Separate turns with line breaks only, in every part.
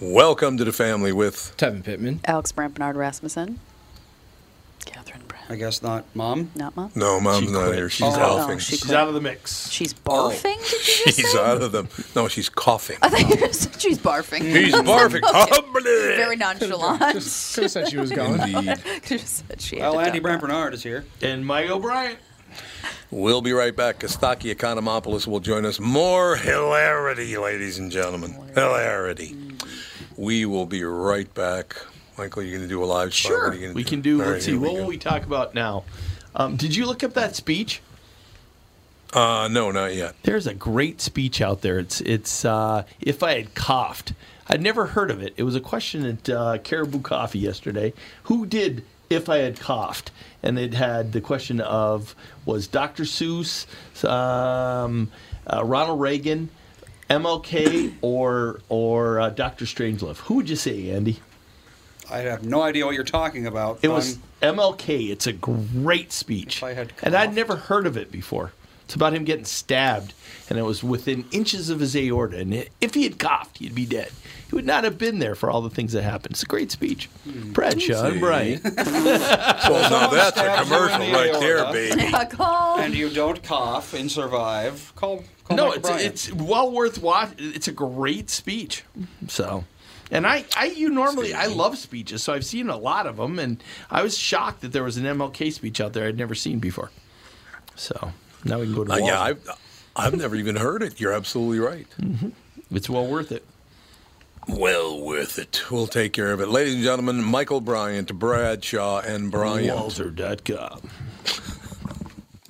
Welcome to the family with
Tevin Pittman.
Alex Brant Bernard Rasmussen. Catherine Brant.
I guess not. Mom?
Not mom.
No, mom's
She
not
quit.
here. She's
Oh.
coughing.
Oh, she
She's
quit.
out of the mix.
She's barfing. Did you just
She's
say?
out of them. No, she's coughing.
I thought you just said she's barfing.
She's barfing.
Very nonchalant.
Just could have said she was gone.
Indeed.
just said she. had to
Well, Andy
dump
Brant
out.
Bernard is here.
And Mike O'Brien.
We'll be right back. Kostaki Economopoulos will join us. More hilarity, ladies and gentlemen. Hilarity. We will be right back. Michael, you're going to do a live spot? What are you gonna
We can do.
All right,
let's see.
here we
What will
go.
we talk about now? Um, did you look up that speech?
Uh, no, not yet.
There's a great speech out there. It's it's uh, if I had coughed. I'd never heard of it. It was a question at uh, Caribou Coffee yesterday. Who did if I had coughed? And it had the question of was Dr. Seuss, um, uh, Ronald Reagan, MLK, or or uh, Dr. Strangelove? Who would you say, Andy?
I have no idea what you're talking about.
It
but
was
I'm-
MLK. It's a great speech.
If I had
and I'd
coughed.
never heard of it before. It's about him getting stabbed, and it was within inches of his aorta. And if he had coughed, he'd be dead. He would not have been there for all the things that happened. It's a great speech. Bradshaw and Brian.
Hmm. Well, now that's a
stabs you in
commercial
the
right there,
aorta.
baby.
Yeah, call.
And you don't cough and survive. Call, call
no,
Michael
it's,
Bryant.
it's well worth watch. It's a great speech. So, and I, I you normally I love speeches, so I've seen a lot of them, and I was shocked that there was an MLK speech out there I'd never seen before. So now we can go to
Uh,
Walden.
yeah, I've, I've never even heard it. You're absolutely right.
It's well worth it.
Well worth it. We'll take care of it. Ladies and gentlemen, Michael Bryant, Bradshaw, and Bryant.
Walzer.com.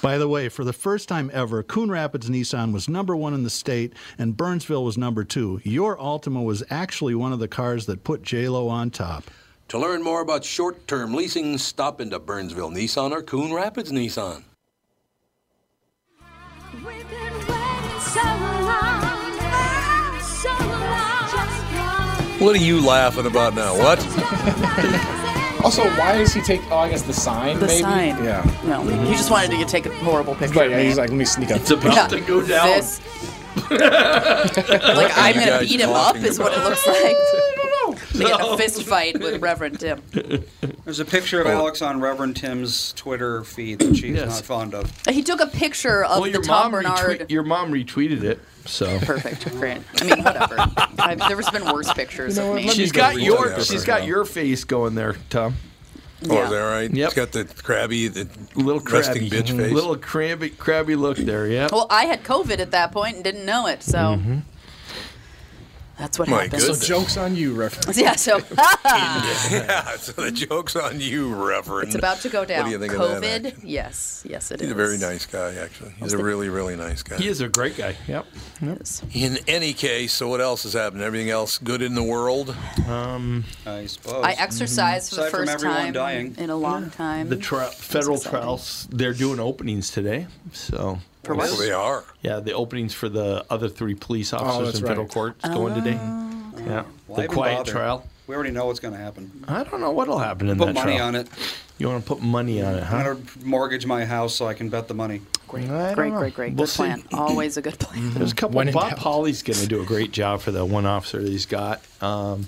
By the way, for the first time ever, Coon Rapids Nissan was number one in the state and Burnsville was number two. Your Altima was actually one of the cars that put JLo on top.
To learn more about short-term leasing, stop into Burnsville Nissan or Coon Rapids Nissan.
We've been waiting so long, so long. Just come.
What are you laughing about now? What?
Also, why does he take? Oh, I guess the sign.
The
maybe?
sign.
Yeah.
No,
Mm-hmm.
he just wanted to get, take a horrible picture.
But
of
yeah,
me.
he's like, let me sneak up.
It's about
Yeah.
to go down.
This. like I'm
you
gonna
guys
beat him up
talking
is what it
about?
looks like. We get in a fist fight with Reverend Tim.
There's a picture of Alex on Reverend Tim's Twitter feed that she's
Oh. Yes.
not fond of.
He took a picture of
Well,
the
your
Tom
mom,
Bernard.
retweet, your mom retweeted it, so
Perfect, Grant. I mean, whatever. I've, there's been worse pictures of me.
she's
go
got
retweet
your
that
she's
right
got
now.
your face going there, Tom.
Oh,
Yeah.
is that right?
Yep.
It's got the crabby, the
Little crabby,
resting bitch face.
little crabby, crabby look there. Yeah.
Well, I had COVID at that point and didn't know it, so that's what
My
happens.
goodness.
So jokes on you, reference.
Yeah, so
yeah, so the joke's on you, Reverend.
it's about to go down.
What do you think
COVID?
of that action?
yes, yes, it is.
He's a very nice guy, actually. He's a really, really nice guy.
he is a great guy. Yep.
Yes.
In any case, so what else has happened? Everything else good in the world?
Um,
I
Oh,
suppose.
I exercised for the
Aside from
first
everyone
time
dying.
in a long time.
The tri- federal
exciting.
trials they're doing openings today, so
For what?
Well, they are.
yeah, the openings for the other three police officers
Oh, that's
in
right.
federal court is going today. Yeah,
Why
the
even
quiet
bother?
trial.
We already know what's going to happen.
I don't know what'll happen in
Put
that
money
trial.
on it.
You want to put money on it, huh?
I'm going to mortgage my house so I can bet the money.
Great,
I don't
great,
know.
great, great. Good
We'll see.
plan. Always a good plan.
Mm-hmm. There's a couple.
When in
Bob
doubt.
Holly's going to do a great job for the one officer that he's got. Um,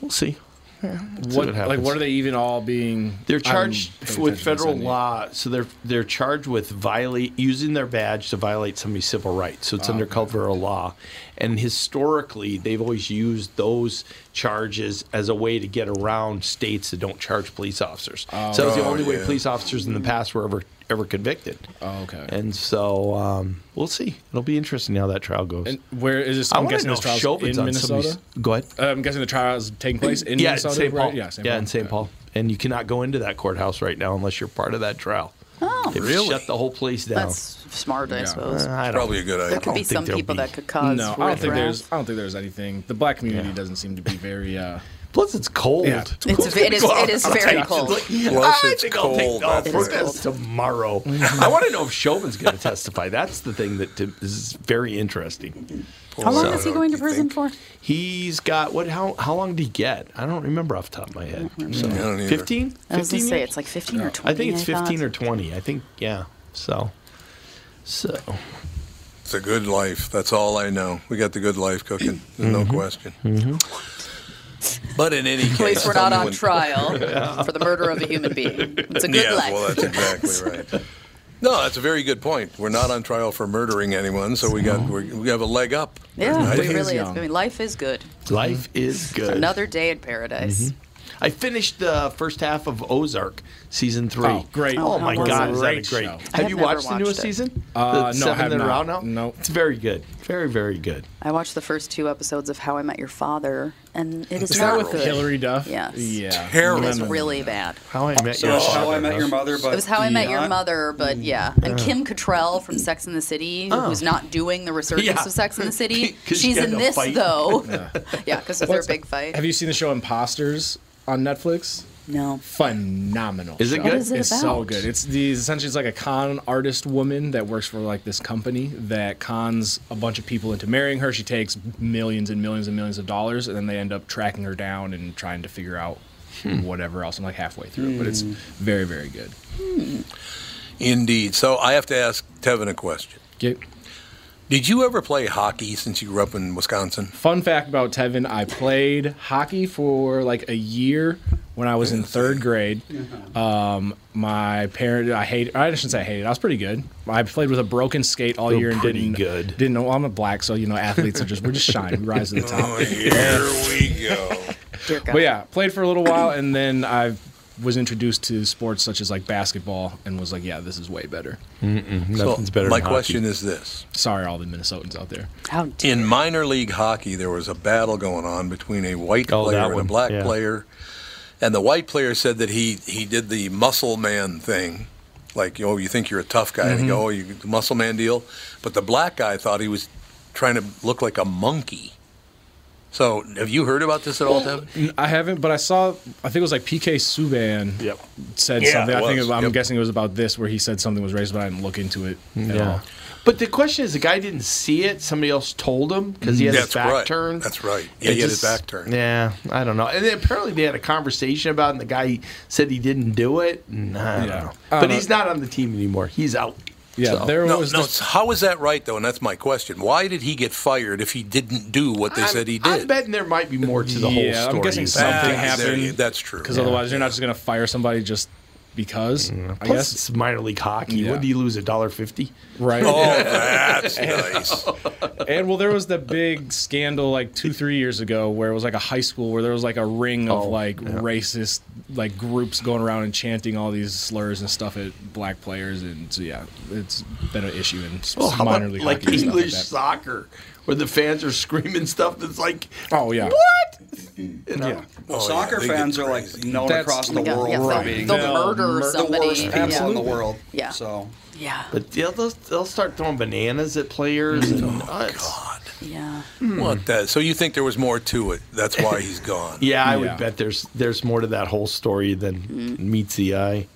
we'll see. see
What,
what
like,
happens.
what are they even all being?
They're
I don't
charged
pay
with
attention to
federal
Sunday.
law, so they're they're charged with violate using their badge to violate somebody's civil rights. So it's
Ah,
under federal law, and historically they've always used those charges as a way to
Ah,
get around states that don't charge police officers. so that was the
Oh,
only way
yeah.
police officers in the past were ever ever convicted.
Oh, okay.
And so um, we'll see. It'll be interesting how that trial goes.
And where is this?
I
I'm
want to
guessing
know
this
if
trial's
Chauvin's
in
on somebody's-
Minnesota.
Go ahead.
Uh, I'm guessing the trial's taking place in
yeah, in
Minnesota.
St. Paul.
right? Yeah, St.
yeah,
Paul.
in St.
Okay.
Paul. And you cannot go into that courthouse right now unless you're part of that trial.
Oh.
They've
Really?
shut the whole place down.
That's smart, I
Yeah.
suppose.
I don't-
Probably a good
there
idea.
could be
think
some
there'll
people
be-
that could cause.
No, I don't think
riffraff.
there's. I don't think there's anything. The black community
Yeah.
doesn't seem to be very. Uh,
Plus, it's cold.
Yeah.
It's, it is, it is very
take
cold.
Plus,
I
it's
think
cold.
I'll take
That's
the
right.
protest tomorrow. Oh. I want to know if Chauvin's going to testify. That's the thing that t- is very interesting.
How long
So-
is he going to
You
prison
think?
for?
He's got what? How how long did he get? I don't remember off the top of my head. So,
I don't
I was
15?
either.
15
going to say
years?
it's like 15 or 20.
I think it's 15
thought.
or 20. I think yeah. So so
It's a good life. That's all I know. We got the good life cooking. There's no question. But in any case,
At least we're
tell
not
me
on
when-
trial for the murder of a human being. It's a good
yes,
life.
well, that's exactly right. No, that's a very good point. We're not on trial for murdering anyone, so we got we're, we have a leg up.
yeah,
Right?
we really. Is,
young.
I mean, life is good.
life is good. Mm-hmm.
Another day in paradise.
I finished the first half of Ozark season three.
Oh, great.
Oh,
Oh,
my
how was
God,
it?
is that a
Great
great?
show.
Have,
I have
you
never
watched the newest
watched it.
season?
Uh,
The
no, I
seven
have
that are
not.
out now.
No.
it's very good. Very very good.
I watched the first two episodes of How I Met Your Father, and it is
Is that
not
with
good.
Hillary Duff.
Yes.
Yeah.
Terrible.
It was
No, no, no,
really bad.
How I met
So
your
it's
father.
how I met your
huh?
mother, but
It was How I Met Your
beyond-
Mother, but yeah. And Kim Cattrall from Sex and the City, who's not doing the resurgence
Yeah.
of Sex and the City.
'Cause she
She's
had
in
no
this,
fight.
though. Yeah, because it was their
What's-
big fight.
Have you seen the show Imposters on Netflix?
no.
Phenomenal.
Is it
show.
good? What is
it
it's so
about?
good. It's the essentially it's like a con artist woman that works for like this company that cons a bunch of people into marrying her. She takes millions and millions and millions of dollars, and then they end up tracking her down and trying to figure out
Hmm.
whatever else. I'm like halfway through, it, but it's
Hmm.
very very good.
Indeed. So I have to ask Tevin a question.
Okay.
Did you ever play hockey since you grew up in Wisconsin?
Fun fact about Tevin, I played hockey for like a year when I was in third grade.
Uh-huh.
Um, my parent, I hate, I shouldn't say I hated. I was pretty good. I played with a broken skate all
You're
year and
pretty
didn't
good. Oh,
Didn't know I'm a black, so you know athletes are just we're just shine, we rise to the top.
here we go.
Dear God.
But yeah, played for a little while and then I was introduced to sports such as like basketball and was like, yeah, this is way better.
Mm-hmm.
Nothing's better.
My
than hockey.
question is this.
Sorry, all the Minnesotans out there.
How dare
In minor league hockey, there was a battle going on between a white
Oh,
player
that
and a
one,
black
yeah.
player. And the white player said that he, he did the muscle man thing. Like, oh, you think you're a tough guy. And he
Mm-hmm.
go, oh, you, the muscle man deal. But the black guy thought he was trying to look like a monkey. So have you heard about this at all, Devin?
I haven't, but I saw. I think it was like PK Subban.
Yep.
Said
Yeah,
something.
it
I think
was.
I'm
Yep.
guessing it was about this, where he said something was raised, but I didn't look into it at
Yeah.
all.
But the question is, the guy didn't see it. Somebody else told him because he had his
That's
back
right.
turned.
That's right. Yeah,
It
he had his back turned.
Yeah, I don't know. And then apparently they had a conversation about, it and the guy said he didn't do it. And I don't
Yeah.
know.
I
But
don't
he's
know.
not on the team anymore. He's out.
Yeah,
So-
there
No,
was.
no.
this-
How is that right, though? And that's my question. Why did he get fired if he didn't do what they
I'm,
said he did?
I'm betting there might be more to the whole
Yeah, I'm
story.
guessing
is-
Ah,
something
there
happened.
you- That's true.
Because otherwise, you're not just gonna fire somebody just because. I
Mm-hmm. Plus,
guess.
it's minor league hockey.
Yeah.
What do you lose? A dollar fifty?
Right.
Oh, that's nice.
And well, there was the big scandal like two, three years ago where it was like a high school where there was like a ring of
Oh,
like racist like groups going around and chanting all these slurs and stuff at black players, and so yeah, it's been an issue in s-
Well, how
minor
about
league
like
hockey and stuff
English
like that.
soccer, where the fans are screaming stuff that's like,
Oh yeah,
what? You know?
Yeah.
Oh,
Well, soccer
yeah, they get
fans are like
crazy.
known
That's-
across the
Yeah,
world
yeah,
for
they'll-
being
they'll
the
murder somebody.
worst people in the
Absolutely.
world.
Yeah.
So
Yeah.
But they'll, they'll, they'll start throwing bananas at players and
Mm.
nuts.
Oh,
God,
Yeah.
what the? So you think there was more to it? That's why he's gone.
Yeah, I
Yeah.
would bet there's there's more to that whole story than
Mm-hmm.
meets the eye.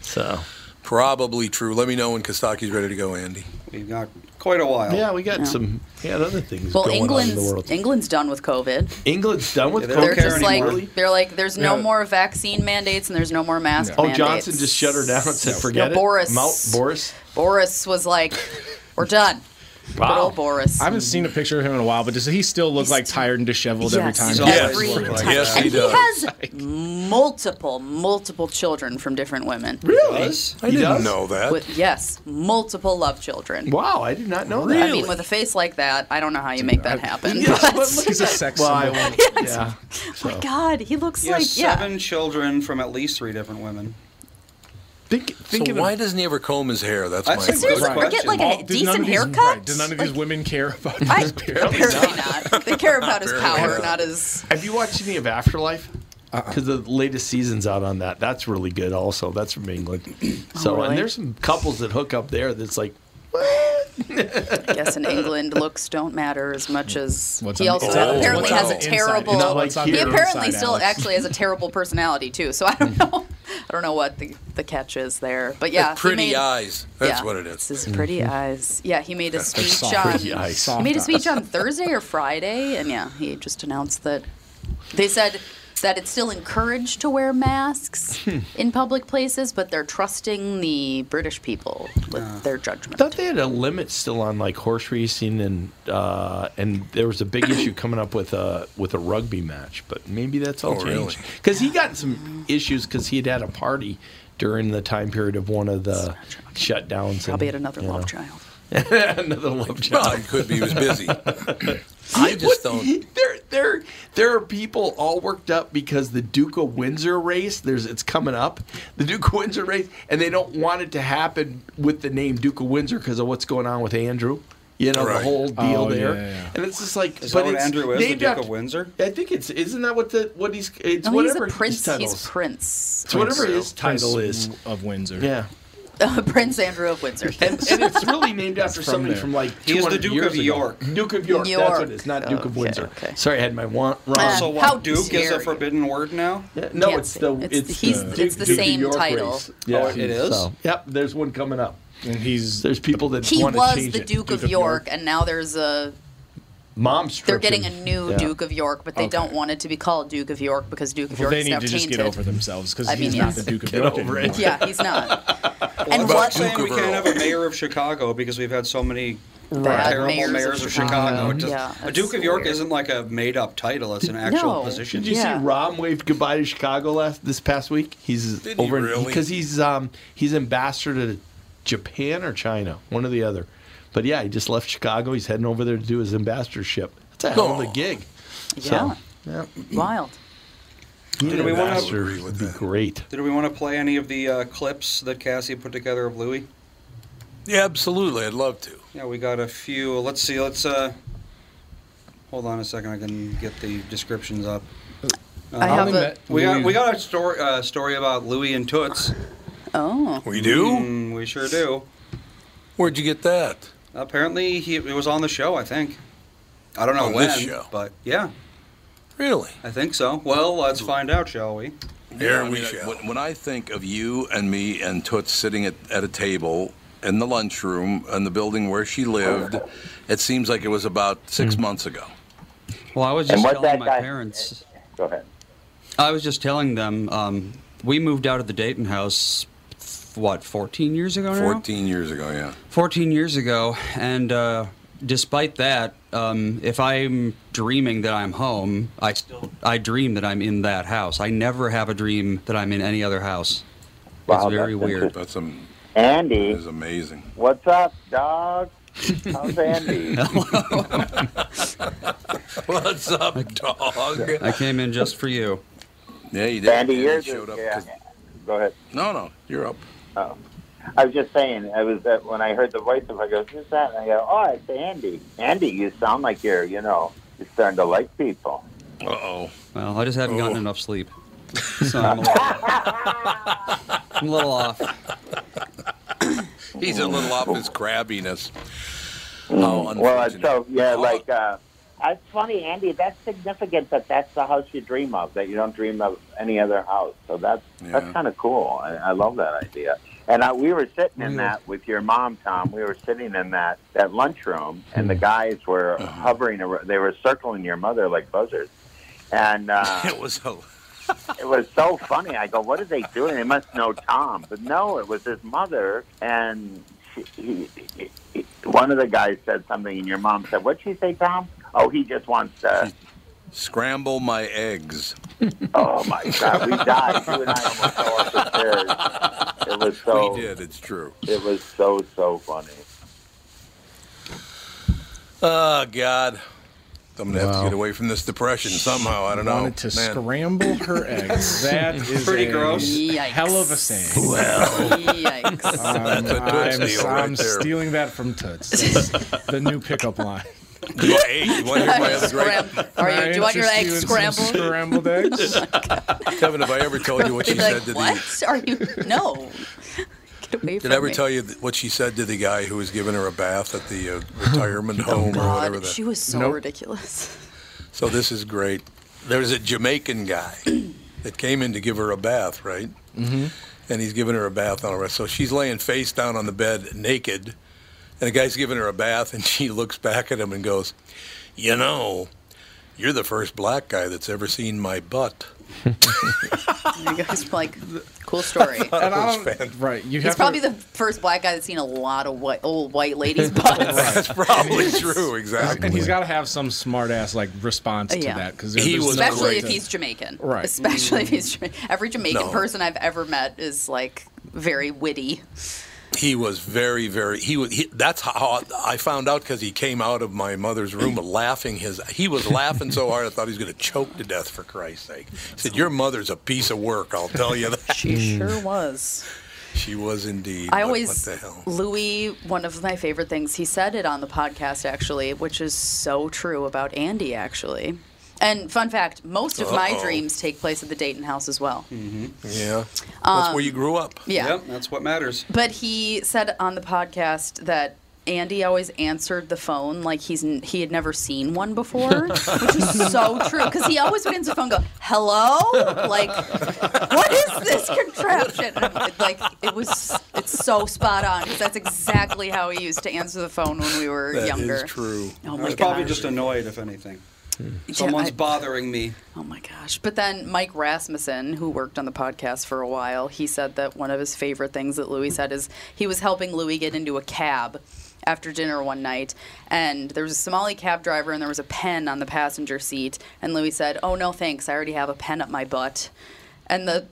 So
probably true. Let me know when Kostaki's ready to go, Andy.
we've got quite a while.
yeah, we got some yeah other things
Well,
going on in the
England's
world.
England's done with COVID.
England's done with
Yeah,
COVID.
Don't
They're
care
just
anymore.
like they're like there's no
Yeah.
more vaccine mandates and there's no more mask
oh,
mandates.
Johnson just shut her down and said,
No.
"Forget
No,
it."
Boris.
Mount Boris.
Boris was like, "We're done." Good old Boris.
I haven't seen a picture of him in a while, but does he still look like tired and disheveled every
Yes.
time?
He's
he
always
plays?
Every
looked like
time.
Yes,
and
he
he,
does.
has multiple, multiple children from different women.
Really?
Does?
I didn't
know that.
With yes, multiple love children.
Wow, I did not know
I
that.
mean, with a face like that, I don't know how you make that happen.
Yeah,
but-
but look at
He's a
that.
sex
Well, I
symbol.
won't- yeah.
my God, he looks
He has
like yeah.
seven children from at least three different women.
Think, think
So
of
why doesn't he ever comb his hair? That's my
That's a
question.
good
Seriously, or get
question.
like a
Well, did none
decent
of these,
haircut.
Right, did none of these
Like,
women care about
I,
his
apparently
appearance?
not. They care about his
Apparently
power,
not.
not his.
Have you watched any of Afterlife?
Uh-uh.
Because the latest season's out on that. That's really good. Also, that's from England. So
really?
and there's some couples that hook up there. That's like
I guess in England, looks don't matter as much as
What's
he
on-
also
it's on-
apparently
what's
has
on
a
the
inside-
terrible.
it's
Not
on- it's on
he
your
apparently
inside,
still
Alex.
actually has a terrible personality too. So I don't know. I don't know what the, the catch is there, but yeah, he
Pretty
made-
eyes. That's
yeah,
what it
It's
is.
his pretty
Mm-hmm.
eyes. Yeah, he made a speech
soft.
on.
Pretty eyes.
He made a
Soft
speech on Thursday or Friday, and yeah, he just announced that they said that it's still encouraged to wear masks in public places, but they're trusting the British people with
Uh.
their judgment.
thought they had a limit still on like horse racing and uh, and there was a big issue coming up with a with a rugby match, but maybe that's all
Oh, really?
changed because he got in some issues because he had had a party during the time period of one of the shutdowns.
Probably had
and,
another
you
love
know,
child.
another love
Well,
child.
it could be he was busy. I just don't.
There, there, there are people all worked up because the Duke of Windsor race. There's, it's coming up, the Duke of Windsor race, and they don't want it to happen with the name Duke of Windsor because of what's going on with Andrew. You know the
Right.
whole deal
Oh,
there,
yeah, yeah, yeah.
and it's just like,
Is
but
that what
it's
Andrew is, the
named
Duke
after-
of Windsor?
I think it's isn't that what the what he's it's
No, he's
whatever
a
his
prince.
titles.
He's prince.
It's whatever his
Prince
title is.
of Windsor.
Yeah.
prince Andrew of Windsor.
And, and it's really named after
from
somebody
there.
from like
He is the
200
Duke
years
of
ago.
York.
Duke of York. That's what
York. Oh.
it is. Not Duke of
Okay,
Windsor.
okay.
Sorry, I had my want wrong.
Uh,
So
How
what? Duke is
dare
a
you.
forbidden word now.
Yeah, No,
Can't
it's
say.
the
It's-
it's,
he's-
the,
it's the
Duke of
same
York
title.
race.
Oh, it is?
yep, uh, there's one coming up.
And he's
There's people that
He
want to
was
change
the
it.
Duke of York, and now there's a.
Mom
They're
stripped
getting a
him.
new
Yeah.
Duke of York, but they
Okay.
don't want it to be called Duke of York because Duke of York
well, they
is now
need to just
tainted.
get over themselves because
I
he's
mean,
not
he's-
the Duke of
Get
York
over it.
anymore.
Yeah, he's not. and
Well,
about
I'm
what
Duke
saying we
of
can't
Earl?
have a mayor of Chicago because we've had so many
Bad
terrible
mayors
mayors,
of
of
Chicago.
Chicago. It just-
Yeah,
a
that's
Duke of York
weird.
isn't like a made-up title; it's an actual
No.
position.
Did you
Yeah.
see Rom waved goodbye to Chicago last this past week? He's
Did he
over
really?
because he's um he's ambassador to Japan or China, one or the other. But yeah, he just left Chicago. He's heading over there to do his ambassadorship. That's a hell of
Oh.
a gig.
Yeah,
So, yeah.
wild.
Being
we wanna-
ambassador
Agree with
would be
that.
great.
Did we want to play any of the uh, clips that Cassie put together of Louis?
Yeah, absolutely. I'd love to.
Yeah, we got a few. Let's see. Let's uh, hold on a second. I can get the descriptions up. Uh,
I have
only
a.
met-
We got we got a story uh, story about Louis and Toots.
Oh,
We do?
Mm, we sure do.
Where'd you get that?
Apparently, he it was on the show. I think. I don't know
On
when,
this show.
but yeah,
Really?
I think so. Well, let's find out, shall we?
Here
I
we
mean,
shall.
When, when I think of you and me and Toots sitting at, at a table in the lunchroom in the building where she lived, it seems like it was about 6
Mm.
months ago.
Well, I was
And
just
what
telling
that
my
guy-
parents.
Go ahead.
I was just telling them um, we moved out of the Dayton house. f- What, 14 years ago now?
14 years ago, yeah.
14 years ago, and uh, despite that, um, if I'm dreaming that I'm home, I still I dream that I'm in that house. I never have a dream that I'm in any other house.
Wow,
it's very
that's
weird.
interesting.
That's, am-
Andy,
that's amazing.
what's up, dog? How's Andy?
What's up, dog?
I came in just for you.
Yeah, you did.
Andy,
And
you're
you showed up.
yeah.
'cause-
Go ahead. Oh.
No, no, you're up.
I was just saying, I was uh, when I heard the voice of, I go, who's that? And I go, oh, it's Andy. Andy, you sound like you're, you know, you're starting to like people.
Uh oh.
Well, I just haven't gotten
Oh.
enough sleep, so I'm a little, I'm a little off.
He's a little off his crabbiness. How
Well, uh,
Oh, unfortunate.
so yeah,
Oh.
like uh, it's funny, Andy. That's significant that that's the house you dream of. That you don't dream of any other house. So that's
Yeah.
that's kind of cool. I, I love that idea. And uh, we were sitting in
Weird.
that with your mom, Tom. We were sitting in that that lunchroom, and the
Hmm.
guys were
Uh-huh.
hovering. ar- They were circling your mother like buzzards, and uh,
It was a.
it was so funny. I go, what are they doing? They must know Tom. But no, it was his mother. And she, he, he, he, one of the guys said something, and your mom said, what'd she say, Tom? Oh, he just wants to.
Scramble my eggs.
Oh, my God. We died. You and I almost fell off the stairs. It was so,
We did, it's true.
it was so, so funny.
Oh, Ah, God. I'm gonna have
Wow.
to get away from this depression somehow. I don't
Wanted
know.
to scramble her eggs. That is
Pretty
a
gross.
Yikes.
Hell of a saying.
Yikes.
Um,
That's a Toots
I'm,
deal right
I'm
there.
stealing that from Toots. That's the new pickup line.
Yeah, hey, you want to hear my other great?
Are you,
I
do you want your
interest
eggs
you in some
scrambled?
Scrambled eggs.
Kevin, have I ever told you what
They'd
she
be
said
like, what?
to the?
Are you? No. Get away
Did
from
I ever
me.
tell you th- what she said to the guy who was giving her a bath at the uh, retirement home or whatever?
God,
The,
she was so
Oh, Nope.
ridiculous.
So this is great. There's a Jamaican guy that came in to give her a bath, right?
Mhm.
And he's giving her a bath on a rest. So she's laying face down on the bed naked, and the guy's giving her a bath, and she looks back at him and goes, "You know, you're the first black guy that's ever seen my butt."
You guys were like, cool story.
And I
That was
don't-
fan-
right, you
He's
have
probably
to,
the first black guy that's seen a lot of white, old white ladies' butts.
That's probably true. Exactly.
and he's got to have some smart ass like response to
Yeah.
that because
He was
Especially
great.
if he's Jamaican.
Right.
Especially if he's Jamaican. Every Jamaican
No.
person I've ever met is like very witty.
He was very, very. He was. He, that's how I found out because he came out of my mother's room laughing. His he was laughing so hard I thought he was going to choke to death for Christ's sake. He said, "Your mother's a piece of work." I'll tell you that.
She sure was.
she was indeed.
I
but
always
What the hell?
Louis, one of my favorite things, he said it on the podcast actually, which is so true about Andy actually. And fun fact, most of my
Uh-oh.
dreams take place at the Dayton house as well.
Yeah. that's where you grew up.
Uh, Yeah.
Mm-hmm. Yep, that's what matters.
But he said on the podcast that Andy always answered the phone like he's n- he had never seen one before, which is so true because he always would answer the phone, and go "Hello," like what is this contraption? And I'm like it was, it's so spot on because that's exactly how he used to answer the phone when we were
That is
younger.
true.
Oh
I
my
was
gosh.
probably
Hmm.
just annoyed, if anything.
Yeah,
Someone's
I-
bothering me.
Oh my gosh. But then Mike Rasmussen, who worked on the podcast for a while, he said that one of his favorite things that Louis said is he was helping Louis get into a cab after dinner one night and there was a Somali cab driver and there was a pen on the passenger seat and Louis said, "Oh no, thanks. I already have a pen up my butt." And the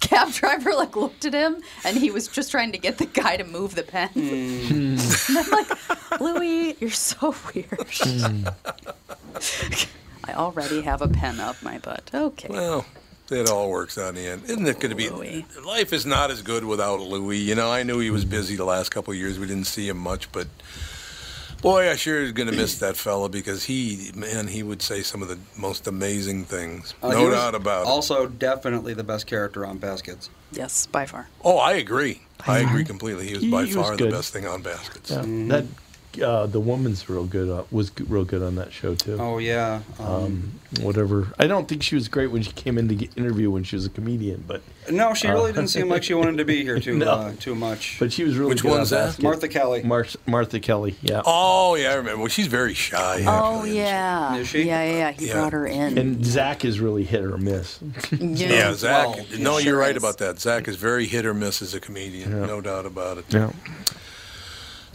cab driver like looked at him and he was just trying to get the guy to move the pen. and I'm like, "Louis, you're so weird." I already have a pen up my butt. Okay.
Well, it all works out in the end. Isn't it going to be?
Louis.
Life is not as good without Louis. You know, I knew he was busy the last couple of years. We didn't see him much, but boy, I sure is going to miss that fella because he, man, he would say some of the most amazing things.
Oh,
Uh, he
no
was
doubt about it.
Also, definitely the best character on Baskets.
yes, by far.
Oh, I agree. I agree completely. He was by
He was
far the
good.
best thing on baskets.
Yeah,
Mm-hmm.
Mm-hmm.
that uh, the woman's real good. On, was g- real good on that show too.
Oh yeah. Um,
Whatever. I don't think she was great when she came in to get interview when she was a comedian, but
no, she really didn't seem like she wanted to be here too
Uh, No.
uh, too much.
but she was really
Which
good. on
one's that?
Basket.
Martha Kelly.
Mar- Martha Kelly. Yeah.
Oh yeah, I remember. Well, she's very shy.
Oh
actually.
yeah.
Is she?
Yeah, yeah, yeah. He
Yeah.
brought her in.
And Zach is really hit or miss.
yeah.
Yeah, Zach.
Well, he
no, you're
sure is.
right about that. Zach is very hit or miss as a comedian. No doubt about it.
Yeah.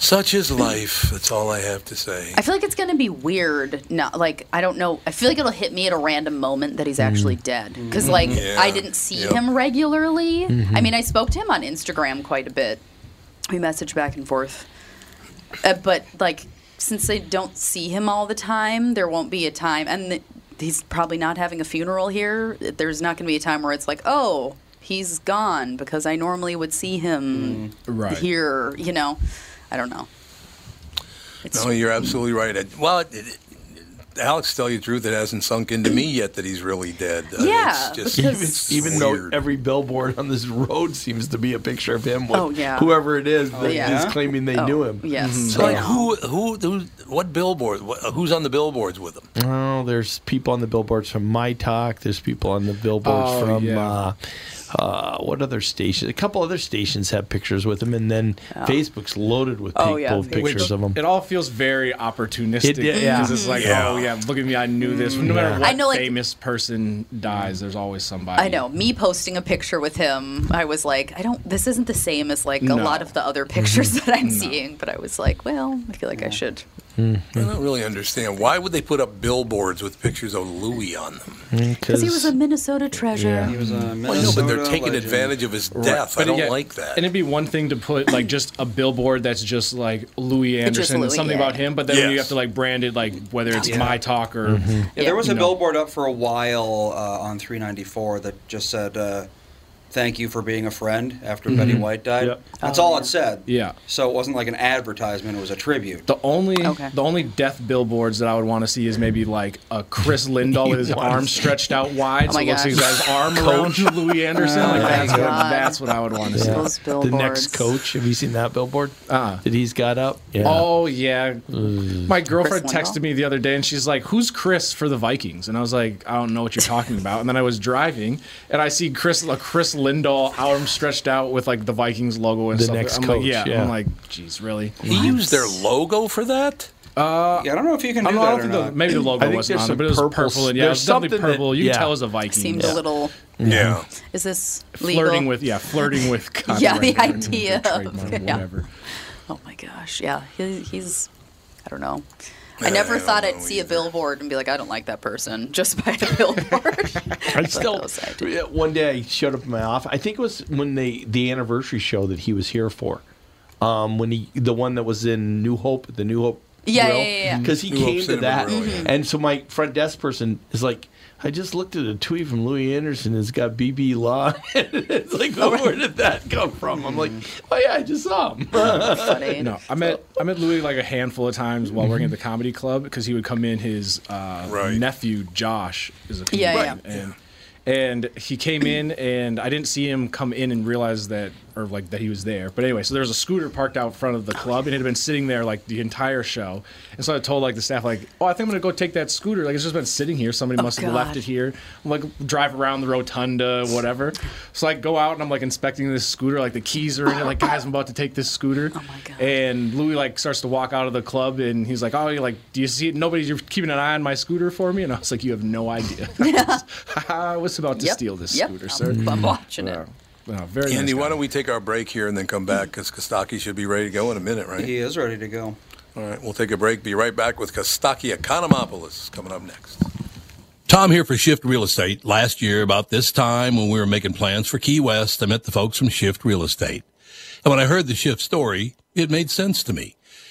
Such is life. That's all I have to say.
I feel like it's gonna be weird. No, like I don't know. I feel like it'll hit me at a random moment that he's actually dead. Because like
Yeah,
I didn't see
yep.
him regularly. I mean, I spoke to him on Instagram quite a bit. We messaged back and forth. Uh, but like, since they don't see him all the time, there won't be a time. And th- he's probably not having a funeral here. There's not gonna be a time where it's like, oh, he's gone because I normally would see him
Mm-hmm.
Right.
here. You know, I don't know. It's
No, you're absolutely right. It- Well, it, it, Alex, tell you the truth, it hasn't sunk into me yet that he's really dead. Uh,
Yeah,
it's just
because-
it's
Even
weird.
though every billboard on this road seems to be a picture of him with
Oh, yeah. Oh,
whoever it is that is
yeah?
claiming they
Oh,
knew him. Mm-hmm.
Yes.
So, like who, who, who, what billboard? What, who's on the billboards with him?
Oh, there's people on the billboards from My Talk. There's people on the billboards
Oh,
from
yeah.
uh, uh, what other stations? A couple other stations have pictures with him, and then Facebook's loaded with people
Oh, yeah,
with
Facebook.
pictures of him.
It all feels very opportunistic.
It- yeah, yeah.
'cause it's like,
Yeah.
oh yeah, look at me, I knew this. No matter
Yeah.
what
I know, like-
famous person dies, there's always somebody.
I know. Me posting a picture with him, I was like, I don't. This isn't the same as like a
No.
lot of the other pictures that I'm seeing. But I was like, well, I feel like I should
Mm-hmm.
I don't really understand. Why would they put up billboards with pictures of Louis on them?
Because he was a Minnesota treasure.
He was a Well, I know, but they're taking advantage of his death. I
But
don't
yeah,
like that.
And it'd be one thing to put like just a billboard that's just like Louis
It's
Anderson,
just
and
Louis,
something
yeah.
about him, but then you
Yes.
have to like brand it like whether it's
Yeah.
my talk or
Mm-hmm. Yeah, there was a
you know.
billboard up for a while uh, on 394 that just said, uh, "Thank you for being a friend." After
Mm-hmm.
Betty
Mhm.
White died,
Yep.
that's
Oh,
all
yeah.
it said.
Yeah.
So it wasn't like an advertisement; it was a tribute.
The only the only death billboards that I would want to see is maybe like a Chris Lindahl with his
You wanna
arm
see-
stretched out wide,
Oh
so
my
it looks like he's
gosh.
got his arm
Coach.
around Louis Anderson.
Oh
like
my
that's, what,
God.
that's what I would want to see.
The next coach. Have you seen that billboard
uh
that he's got up?
Oh yeah. My girlfriend
Lindahl?
texted me the other day and she's like, "Who's Chris for the Vikings?" And I was like, "I don't know what you're talking about." And then I was driving and I see Chris a Chris Lindahl arm stretched out with like the Vikings logo and
The
stuff.
next
I'm
coach,
Like, yeah.
yeah.
I'm like, "Jeez, really?"
He used their logo for that?
Uh,
yeah, I don't know if you can
I
do
don't
that
know
or
if the-
not.
maybe the logo
I think
wasn't
there's
on it,
some
but it was
purple-
purple and yeah, it
there's
was definitely
something that-
purple. you
yeah.
can tell it was a Viking.
Seemed a little.
Yeah.
Is this legal?
flirting with yeah, flirting with
yeah,
copyright
the
or
idea of
trademark,
yeah.
whatever.
Oh my gosh, yeah, he, he's. I don't know. I
Yeah,
never
I don't
thought I'd see a billboard and be like, I don't like that person just by the billboard.
I still yeah, one day I showed up in my office. I think it was when they the anniversary show that he was here for. Um, when he the one that was in New Hope, the New Hope.
Yeah, yeah, yeah, yeah.
Because he
New Hope
came to
Cinema
that,
Grill, yeah.
and so my front desk person is like, "I just looked at a tweet from Louis Anderson. It's got BB Law. it's like,
Oh,
where did that come from? I'm like,
Mm-hmm.
oh yeah, I just saw him.
no, I met I met Louis like a handful of times while working at the comedy club because he would come in. His uh, nephew Josh is a
Yeah,
comedian,
yeah.
and and he came in and I didn't see him come in and realize that or like that he was there. But anyway, so there was a scooter parked out front of the club and it had been sitting there like the entire show. And so I told like the staff like, "Oh, I think I'm going to go take that scooter. Like it's just been sitting here. Somebody
Oh,
must have left
God.
it here." I'm like drive around the rotunda, whatever. So I go out and I'm like inspecting this scooter, like the keys are in it, like guys, I'm about to take this scooter. Oh my god. And Louis like starts to walk out of the club and he's like, Oh, you're like, do you see it? Nobody you're keeping an eye on my scooter for me? And I was like, You have no idea. I was about to
Yep,
steal this
yep,
scooter,
I'm-
sir.
I'm
watching
it. Wow, very nice
Andy,
guy.
why don't we take our break here and then come back? Because Kostaki should be ready to go in a minute, right?
He is ready to go.
All right, we'll take a break. Be right back with Kostaki Economopoulos coming up next. Tom here for Shift Real Estate. Last year, about this time when we were making plans for Key West, I met the folks from Shift Real Estate. And when I heard the Shift story, it made sense to me.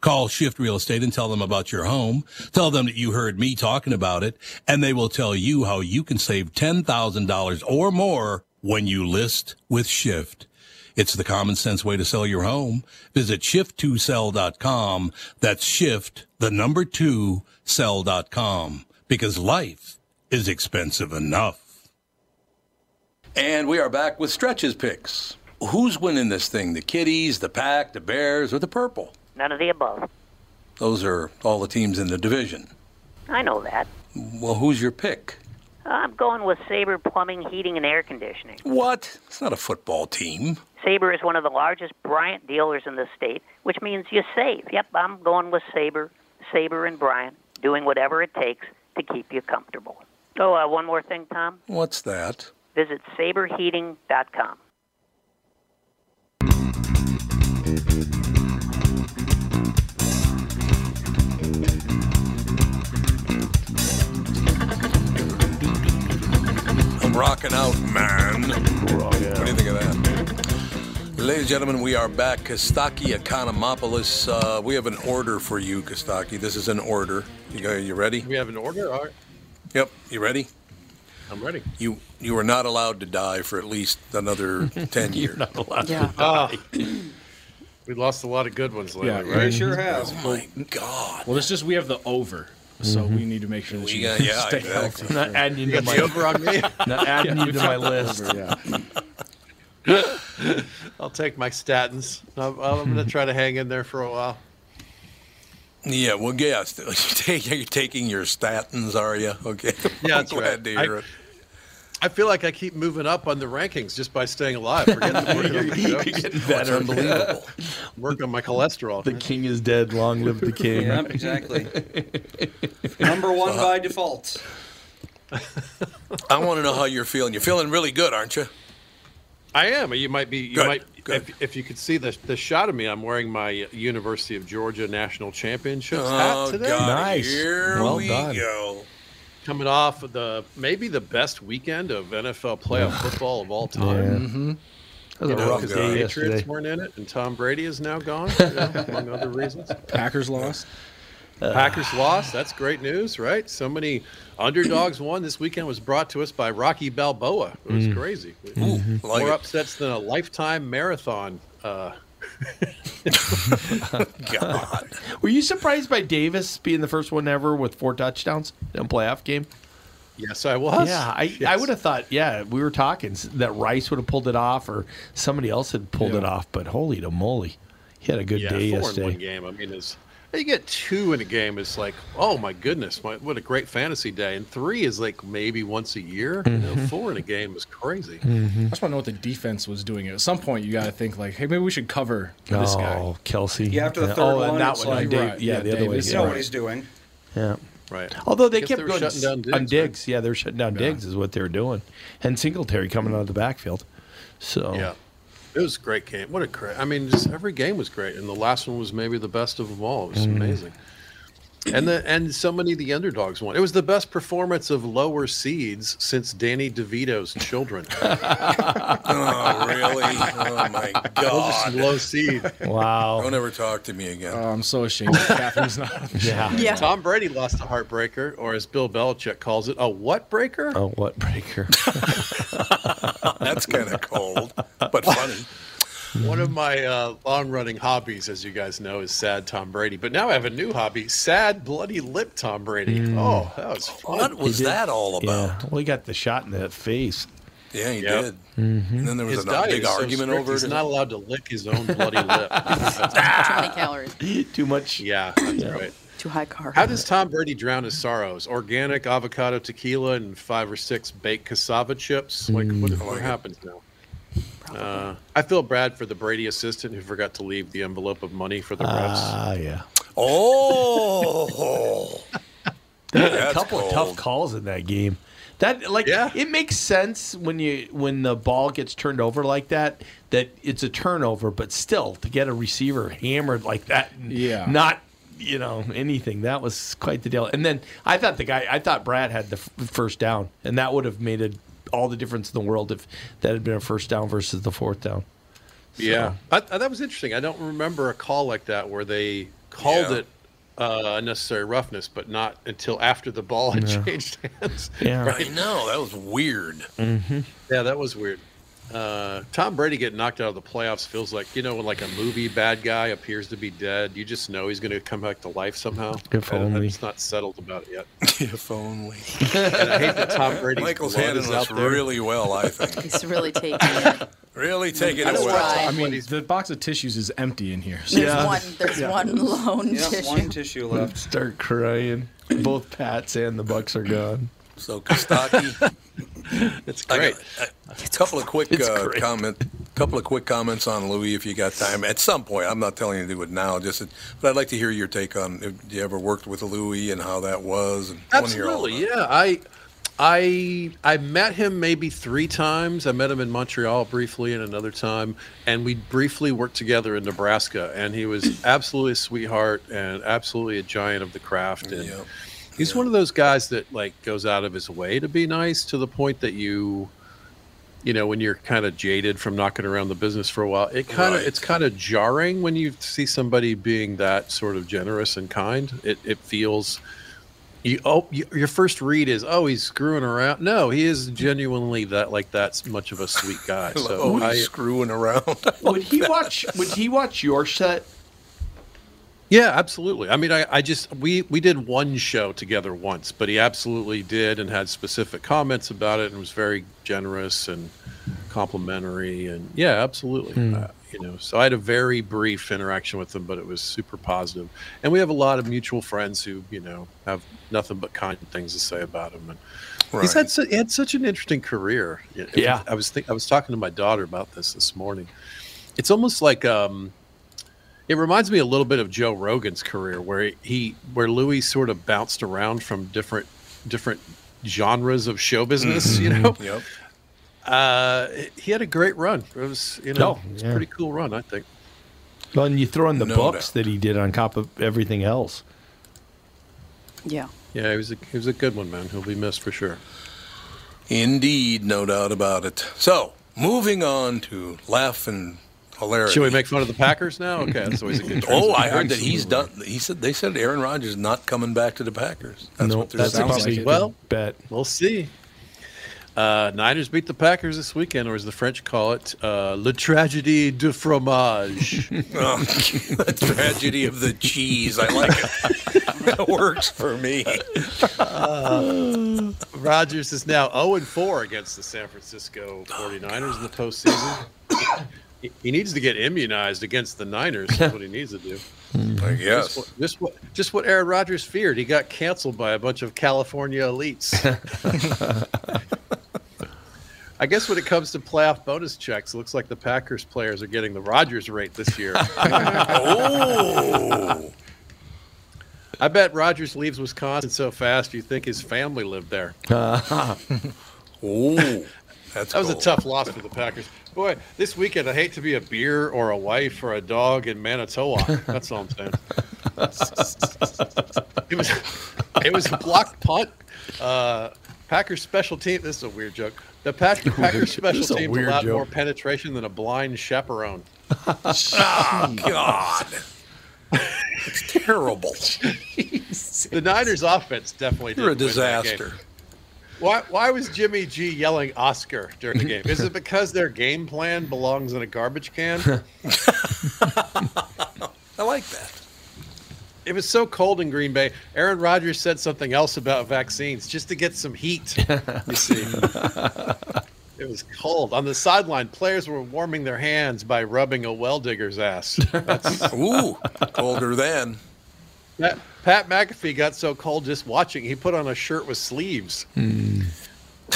Call Shift Real Estate and tell them about your home. Tell them that you heard me talking about it, and they will tell you how you can save $10,000 or more when you list with Shift. It's the common sense way to sell your home. Visit shift2sell.com. That's shift, the number two, sell.com. Because life is expensive enough. And we are back with stretches picks. Who's winning this thing? The kitties, the pack, the bears, or the purple?
None of the above.
Those are all the teams in the division.
I know that.
Well, who's your pick?
I'm going with Sabre Plumbing, Heating, and Air Conditioning.
What? It's not a football team.
Sabre is one of the largest Bryant dealers in the state, which means you save. Yep, I'm going with Sabre, Sabre and Bryant, doing whatever it takes to keep you comfortable. Oh, uh, one more thing, Tom.
What's that?
Visit saberheating.com.
I'm rocking out, man. What do you think of that? Ladies and gentlemen, we are back. Kostaki Economopoulos. Uh, we have an order for you, Kostaki. This is an order. You, go- you ready?
We have an order. All right.
Yep. You ready?
I'm ready.
You you are not allowed to die for at least another 10 years. You're
not allowed
Yeah. Ah. we lost a lot of good ones lately,
Yeah,
right?
we sure have.
Oh my God.
Well, it's just we have the over, so
Mhm.
we need to make sure that
We
you
got- yeah,
stay
exactly.
healthy.
Not adding you to
Yeah,
my
the over on me.
Not adding
Yeah,
you
we
to my
got the
list.
over, yeah.
I'll take my statins. I'm, I'm going to try to hang in there for a while.
Yeah, well, yeah. st- You're ta- taking your statins, are you? Okay.
Yeah,
I'm
that's
glad
right.
to
I-
hear it.
I feel like I keep moving up on the rankings just by staying alive. Forget the
You're-
work. you know?
you're getting better.
It's unbelievable. work on my cholesterol.
The king is dead. Long live the king.
Yep,
exactly. Number one by default.
Uh, I want to know how you're feeling. You're feeling really good, aren't you?
I am. You might be. You might. If, if you could see the the shot of me, I'm wearing my University of Georgia national championships
Oh,
hat today.
God, Nice. here Well we done. go.
Coming off of the maybe the best weekend of NFL playoff football of all time.
Mm-hmm. That was
You
a
know,
rough
'cause
day
the
yesterday.
Patriots weren't in it, and Tom Brady is now gone, you know, among other reasons.
Packers lost.
Uh,
Packers lost. That's great news, right? So many underdogs won. This weekend was brought to us by Rocky Balboa. It was
Mm.
crazy.
Mhm.
More
like it.
upsets than a lifetime marathon. Uh,
God.
Were you surprised by Davis being the first one ever with four touchdowns in a playoff game?
Yes, I was.
Yeah, I, I would have thought, yeah, we were talking s- that Rice would have pulled it off or somebody else had pulled it off, but holy to moly. He had a good
yeah,
day
four in
yesterday.
one game. I mean, is you get two in a game, it's like, oh my goodness, my, what a great fantasy day. And three is like maybe once a year. You know,
Mhm.
four in a game is crazy.
mm-hmm.
I just want to know what the defense was doing. At some point, you got to think like, hey, maybe we should cover this guy.
Oh, Kelsey.
Yeah, after the third
oh,
one,
and that
it's
one. on
like-
Dave-
Right,
yeah,
yeah,
the other way.
Davis,
yeah.
you know what he's
doing.
Yeah.
Right.
Although they
Guess
kept
they were
going
shutting
s-
down Diggs,
on
right?
Diggs. Yeah, they're shutting down Diggs is what they were doing. And Singletary coming out of the backfield. So
Yeah. It was a great game. What a great! I mean, just every game was great, and the last one was maybe the best of them all. It was
Mhm.
amazing, and the and so many of the underdogs won. It was the best performance of lower seeds since Danny DeVito's children.
oh, really? Oh, my God.
low seed.
Wow.
Don't ever talk to me again.
Oh, I'm so ashamed. that Catherine's not.
Yeah.
Tom Brady lost a heartbreaker, or as Bill Belichick calls it, a what breaker?
Oh, what breaker?
That's kind of cold, but funny.
One of my uh, long-running hobbies, as you guys know, is sad Tom Brady. But now I have a new hobby: sad bloody lip Tom Brady.
Mm.
Oh, that was fun.
What was
He did-
that all about?
Yeah. Well, he got the shot in the face.
Yeah, he
Yep.
did.
Mhm.
And then there was
His
a
diet
big
is so
argument
strict,
over
He's
it.
not allowed to lick his own bloody lip.
Too many calories.
Too much.
Yeah, that's right.
Too high carb.
How does Tom Brady drown his sorrows? Organic avocado tequila and five or six baked cassava chips. Like what,
Mm.
what happens now? Uh, I feel bad for the Brady assistant who forgot to leave the envelope of money for the refs.
Ah, yeah.
Oh,
a couple of tough calls in that game. That like it makes sense when you when the ball gets turned over like that that it's a turnover, but still to get a receiver hammered like that, and
Yeah.
not you know anything. That was quite the deal. And then I thought the guy, I thought Brad had the f- first down, and that would have made it all the difference in the world if that had been a first down versus the fourth down.
Yeah, I, I- that was interesting. I don't remember a call like that where they called
Yeah.
it uh, unnecessary roughness, but not until after the ball had
Yeah.
changed hands.
Yeah.
right?
No, that was weird.
Mm-hmm.
Yeah, that was weird. Uh, Tom Brady getting knocked out of the playoffs feels like you know when like a movie bad guy appears to be dead, you just know he's going to come back to life somehow.
If
And
only.
It's not settled about it yet.
if only.
And I hate that Tom Brady's
Michael's
blood
handling
is
this
out there.
really well, I think.
He's really taking it.
Really taking
That's
it
why-
well.
I mean, the box of tissues is empty in here.
There's one. There's one lone
Yeah,
tissue.
one tissue left.
Start crying.
Oh,
Both Pats and the Bucks are gone.
So Kostaki.
it's
great. A, couple of quick uh, comment, couple of quick comments on Louis, if you got time. At some point, I'm not telling you to do it now. Just, but I'd like to hear your take on if you ever worked with Louis and how that was. and I wanna hear all
Absolutely, yeah. I, I, I met him maybe three times. I met him in Montreal briefly, and another time, and we briefly worked together in Nebraska. And he was absolutely a sweetheart and absolutely a giant of the craft. And he's one of those guys that like goes out of his way to be nice to the point that you. You know, when you're kind of jaded from knocking around the business for a while, it kind of
Right.
it's kind of jarring when you see somebody being that sort of generous and kind. It it feels you oh you, your first read is oh he's screwing around no he is genuinely that like that's much of a sweet guy so
Oh, he's
I,
screwing around
Would he watch? Would he watch your set?
yeah absolutely i mean I, I just we we did one show together once but he absolutely did and had specific comments about it and was very generous and complimentary and yeah, absolutely.
Hmm.
Uh, you know, so I had a very brief interaction with him, but it was super positive. And we have a lot of mutual friends who you know have nothing but kind things to say about him. And he's had su- he had such an interesting career. It- it-
Yeah.
I was think I was talking to my daughter about this this morning. It's almost like um, it reminds me a little bit of Joe Rogan's career, where he where Louis sort of bounced around from different different genres of show business. You know,
Yep.
uh, he had a great run. It was you know
Oh,
it's
yeah.
a pretty cool run, I think.
Well, and you throw in the
No
books that he did on top of everything else.
Yeah.
Yeah, he was a he was a good one, man. He'll be missed for sure.
Indeed, no doubt about it. So, moving on to laugh and hilarity.
Should we make fun of the Packers now? Okay, that's always a good.
Oh, I heard that he's done. He said they said Aaron Rodgers is not coming back to the Packers. That's
No,
what they're saying.
well
bet.
We'll see. Uh, Niners beat the Packers this weekend, or as the French call it, uh, "Le tragédie du fromage."
Oh, the tragedy of the cheese. I like it. That works for me.
Uh, Rodgers is now 0 4 against the San Francisco 49ers in the postseason. He- he needs to get immunized against the Niners. That's what he needs to do.
I guess.
Just what, just what, just what Aaron Rodgers feared. He got canceled by a bunch of California elites. I guess when it comes to playoff bonus checks, it looks like the Packers players are getting the Rodgers rate this year.
oh.
I bet Rodgers leaves Wisconsin so fast you think his family lived there.
oh, that's
that was a
cool.
tough loss for the Packers. Boy, this weekend I hate to be a beer or a wife or a dog in Manitowoc. That's all I'm saying. it was it was a blocked punt. Uh, Packers special team. This is a weird joke. The Pack, Packers
This
special
is a
teams
weird
allowed
joke.
more penetration than a blind chaperone.
oh, God. It's terrible.
The Niners offense definitely
You're a
didn't win that game.
disaster.
Why, why was Jimmy G yelling Oscar during the game? Is it because their game plan belongs in a garbage can?
I like that.
It was so cold in Green Bay. Aaron Rodgers said something else about vaccines just to get some heat. You see, it was cold. On the sideline, players were warming their hands by rubbing a well digger's ass. That's,
Ooh, colder than.
Pat, Pat McAfee got so cold just watching, he put on a shirt with sleeves. It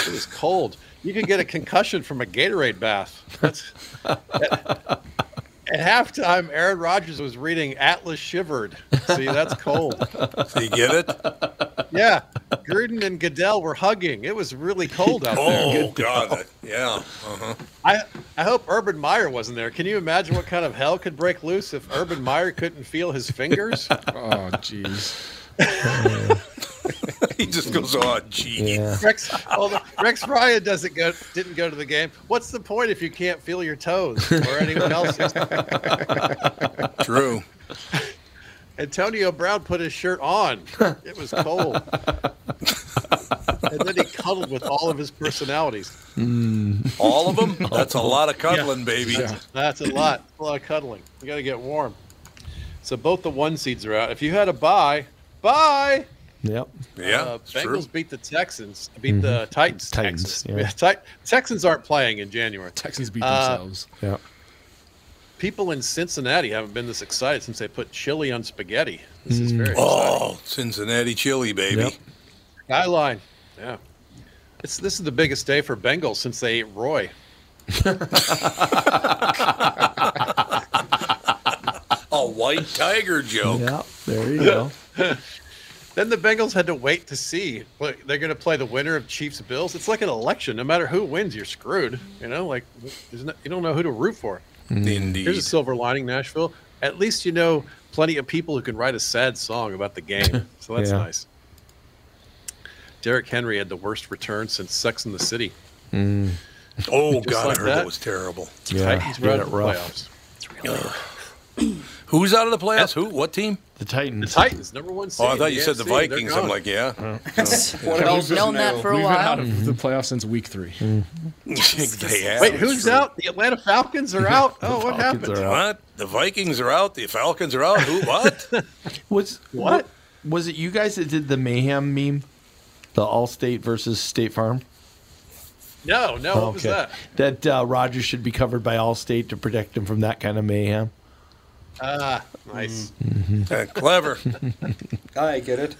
was cold. You could get a concussion from a Gatorade bath. That's, at, at halftime, Aaron Rodgers was reading Atlas Shivered. See, that's cold.
Do you get it?
Yeah, Gruden and Goodell were hugging. It was really cold out there.
Oh, God. that- yeah. Uh-huh.
I, I hope Urban Meyer wasn't there. Can you imagine what kind of hell could break loose if Urban Meyer couldn't feel his fingers?
Oh, jeez.
He just goes, oh, gee.
Rex, well, the- Rex Ryan doesn't go, didn't go to the game. What's the point if you can't feel your toes or anyone else's?
True.
Antonio Brown put his shirt on. It was cold. and then he cuddled with all of his personalities.
Mm. All of them? That's a lot of cuddling, baby.
That's a lot. A lot of cuddling. You got to get warm. So both the one seeds are out. If you had a bye, bye.
Yep.
Yeah,
Uh,
it's
Bengals
true.
beat the Texans. Beat the Titans.
Mm-hmm. Titans,
Texans.
yeah.
Ti- Texans aren't playing in January. Texans
beat
Uh,
themselves.
Yeah.
People in Cincinnati haven't been this excited since they put chili on spaghetti. This is
Mm.
very
Oh, Cincinnati chili, baby.
Yep.
skyline. Yeah, it's this is the biggest day for Bengals since they ate Roy.
A white tiger Oh, joke.
Yeah. There you go.
Then the Bengals had to wait to see. Like, they're going to play the winner of Chiefs Bills. It's like an election. No matter who wins, you're screwed. You know, like there's no, you don't know who to root for.
Mm.
Indeed.
Here's a silver lining, Nashville. At least you know plenty of people who can write a sad song about the game. So that's
Yeah.
nice. Derrick Henry had the worst return since Sex in the City.
Mm,
Oh
Just
God,
like
I heard
that.
that. was terrible.
yeah.
Titans
Did
were out
it
of the
rough.
playoffs.
Who's out of the playoffs? Who? What team?
The
The
Titans.
Titans, number one.
Oh,
seed
I
in
thought you said the
AFC, they're
Vikings. I'm
gone.
like, yeah,
What else
We've
is
known
new?
that for a
We've been out
while.
of the playoffs since week three.
Hmm.
they have.
Wait, who's out? The Atlanta Falcons are out. Oh, what
Falcons
happened?
are out.
What? The Vikings are out. The Falcons are out. Who? What?
Was
What?
Was it you guys that did the mayhem meme? The Allstate versus State Farm.
No, Oh, no, what was that?
That uh, Rogers should be covered by Allstate to protect him from that kind of mayhem.
Ah, nice.
Mm-hmm.
Uh, Clever.
I get it.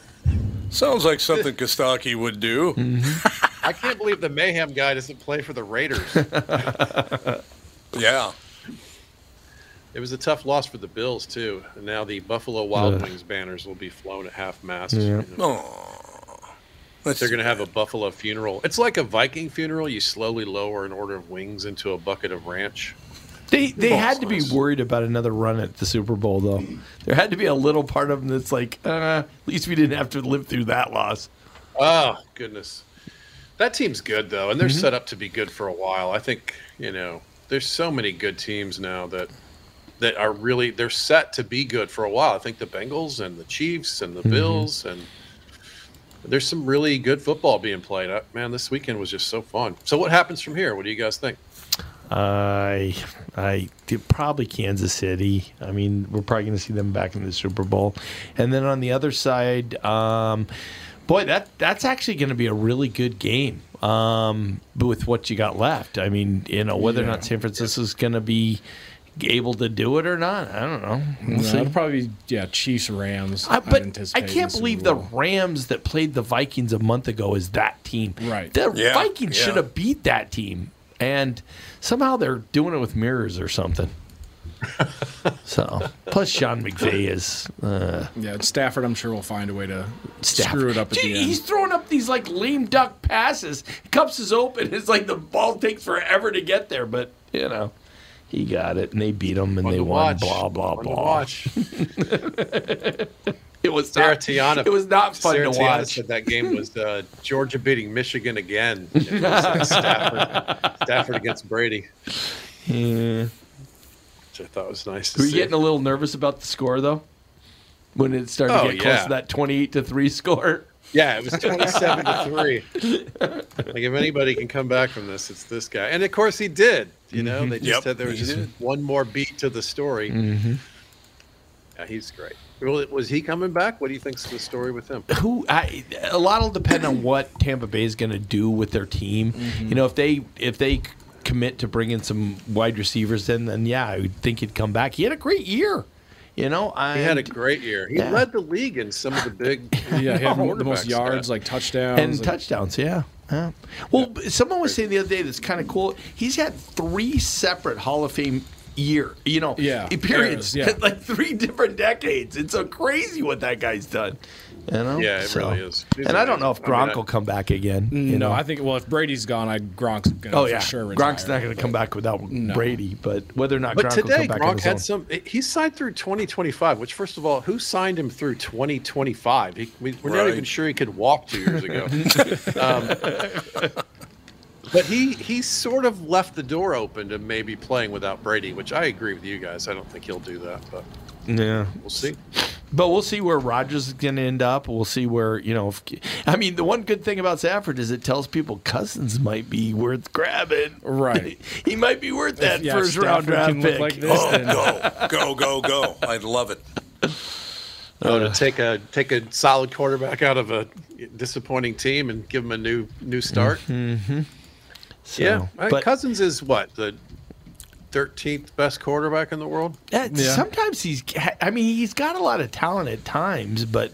Sounds like something Kostaki would do.
Mm-hmm.
I can't believe the Mayhem guy doesn't play for the Raiders.
yeah.
It was a tough loss for the Bills too, and now the Buffalo Wild
Ugh.
Wings banners will be flown at half mast.
Yeah.
They're going to have a buffalo funeral. It's like a Viking funeral. You slowly lower an order of wings into a bucket of ranch.
They they
Oh,
had to be worried about another run at the Super Bowl though. There had to be a little part of them that's like, uh, at least we didn't have to live through that loss.
Oh goodness, that team's good though, and they're
Mhm.
set up to be good for a while. I think you know there's so many good teams now that that are really they're set to be good for a while. I think the Bengals and the Chiefs and the
Mhm.
Bills and there's some really good football being played. Uh, Man, this weekend was just so fun. So what happens from here? What do you guys think?
I I probably Kansas City. I mean, we're probably going to see them back in the Super Bowl, and then on the other side, um, boy, that that's actually going to be a really good game um, with what you got left. I mean, you know, whether or
Yeah.
not San Francisco's going to be able to do it or not, I don't know. We'll
No,
see.
it'd probably be, yeah, Chiefs Rams.
I,
I'd
but I
anticipate in
can't
Super
believe
Bowl.
the Rams that played the Vikings a month ago is that team. Right. The
Yeah,
Vikings
yeah.
should have beat that team. And somehow they're doing it with mirrors or something. so, plus Sean McVay is. Uh,
Yeah, and Stafford, I'm sure will find a way to
Stafford.
screw it up at
Gee,
the end.
he's throwing up these like lame duck passes. Cups is open. It's like the ball takes forever to get there, but you know, he got it and they beat him and they won.
watch.
Blah blah
Fun to
blah.
watch.
it was
Sarah
not- It was not fun
Sarah
to
Tiana
watch.
Said that game was uh, Georgia beating Michigan again. It was, uh, Stafford, Stafford against Brady,
Yeah.
which I thought was nice to
Were you
see.
getting a little nervous about the score though? When it started
Oh,
to get close
yeah.
to that twenty-eight to three score.
Yeah, it was 27 to 3. Like, if anybody can come back from this, it's this guy. And of course, he did. You know,
Mhm.
they just
Yep,
said there was
he
just
did.
one more beat to the story. Yeah, he's great. Well, was he coming back? What do you think's the story with him?
Who I, a lot will depend on what Tampa Bay is going to do with their team. You know, if they if they c- commit to bringing some wide receivers in, then yeah, I would think he'd come back. He had a great year. You know, I
He had a great year. He
Yeah.
led the league in some of the big.
Yeah, he had the most
quarterbacks.
yards,
It's like touchdowns.
and touchdowns. Yeah. yeah. Well, someone was saying the other day that's kind of cool. He's had three separate Hall of Fame year, you know,
Yeah, eras,
periods,
yeah.
like three different decades. It's so crazy what that guy's done. You know?
Yeah, it really
So-
is. He's
And I don't know if
amazing. I
Gronk
mean, I-
will come back again.
no,
you know?
I think well, if Brady's gone, I Gronk's gonna
oh
for
yeah,
sure retire.
Gronk's not going to come back without
No.
Brady, but whether or not
But
Gronk
today,
will come back on
Gronk
his own.
had some. He signed through 2025, which, first of all, who signed him through 2025? He, we, we're not
Right.
even sure he could walk two years ago. um, but he he sort of left the door open to maybe playing without Brady, which I agree with you guys. I don't think he'll do that, but
Yeah,
we'll see.
But we'll see where Rogers is going to end up. We'll see where you know. If, I mean, the one good thing about Safford is it tells people Cousins might be worth grabbing.
Right,
he might be worth that
yeah,
first round
Stafford
draft
can look
pick.
like this,
Oh,
then-
Go, go, go, go. I'd love it.
Uh,
Oh, to take a take a solid quarterback out of a disappointing team and give him a new new start.
Mm-hmm.
Mhm. So,
yeah, I-
but
Cousins is what the thirteenth best quarterback in the world.
that- sometimes he's. I mean, he's got a lot of talent at times, but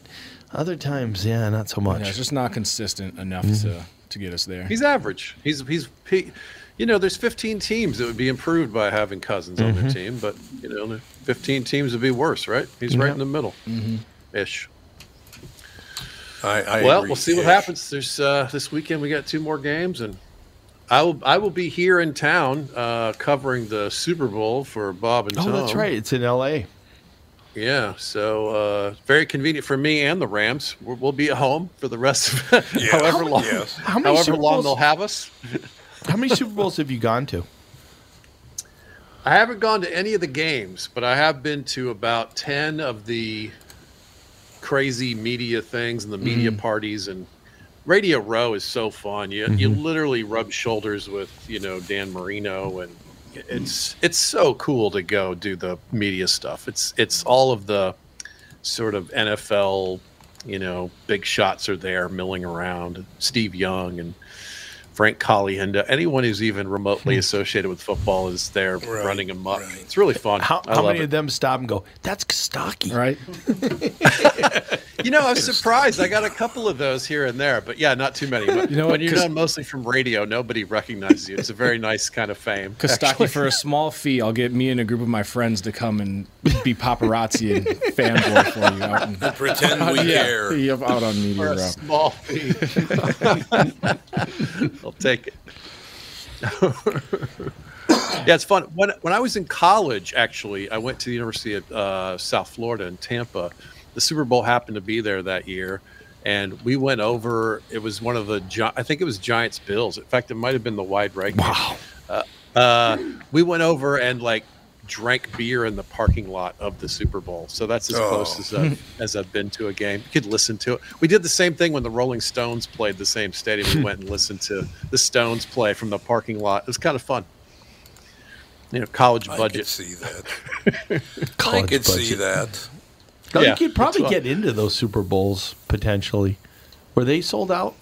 other times, yeah, not so much.
Yeah, it's just not consistent enough
Mhm.
to to get us there.
He's average. He's he's he, you know, there's 15 teams that would be improved by having Cousins on their
Mhm.
team, but you know, the 15 teams would be worse, right? He's right
Yeah. Mm-hmm.
in the middle, ish.
I, I
well,
agree.
we'll see what
Yeah.
happens. There's uh, this weekend we got two more games, and I will I will be here in town uh, covering the Super Bowl for Bob and
oh,
Tom.
that's right. It's in L.A.
Yeah, so uh, very convenient for me and the Rams. We'll, we'll be at home for the rest of
How
however
many-
long,
yes. How many
however
Super
long
Bowls-
they'll have us.
How many Super Bowls have you gone to?
I haven't gone to any of the games, but I have been to about 10 of the crazy media things and the media
Mhm.
parties and Radio Row is so fun. You you literally rub shoulders with, you know, Dan Marino and it's it's so cool to go do the media stuff. It's it's all of the sort of NFL, you know, big shots are there milling around. Steve Young and Frank Collienda, anyone who's even
Hmm.
remotely associated with football is there running amok. It's really fun.
How,
I
how
love
many
it.
of them stop and go, that's Kostaki?
Right.
You know, I'm surprised. I got a couple of those here and there, but yeah, not too many. But
You know what,
when you're
Kos-
known mostly from radio, nobody recognizes you. It's a very nice kind of fame.
Kostaki
actually.
for a small fee. I'll get me and a group of my friends to come and be paparazzi and fanboy for you. Out and,
pretend we
yeah,
care.
yeah, out on
For
Meteor
a
Row.
small fee. I'll take it. yeah, it's fun. When when I was in college, actually, I went to the University of uh, South Florida in Tampa. The Super Bowl happened to be there that year, and we went over. It was one of the Gi- I think it was Giants Bills. In fact, it might have been the wide right. Wow. Uh, uh, we went over and like drank beer in the parking lot of the Super Bowl. So that's as
Oh.
close as uh, I've, as I've been to a game. You could listen to it. We did the same thing when the Rolling Stones played the same stadium. We went and listened to the Stones play from the parking lot. It was kind of fun. You know, college
I
budget.
could see that.
College
I could see
budget.
that.
No,
Yeah,
you could probably
it's fun.
get into those Super Bowls potentially. Were they sold out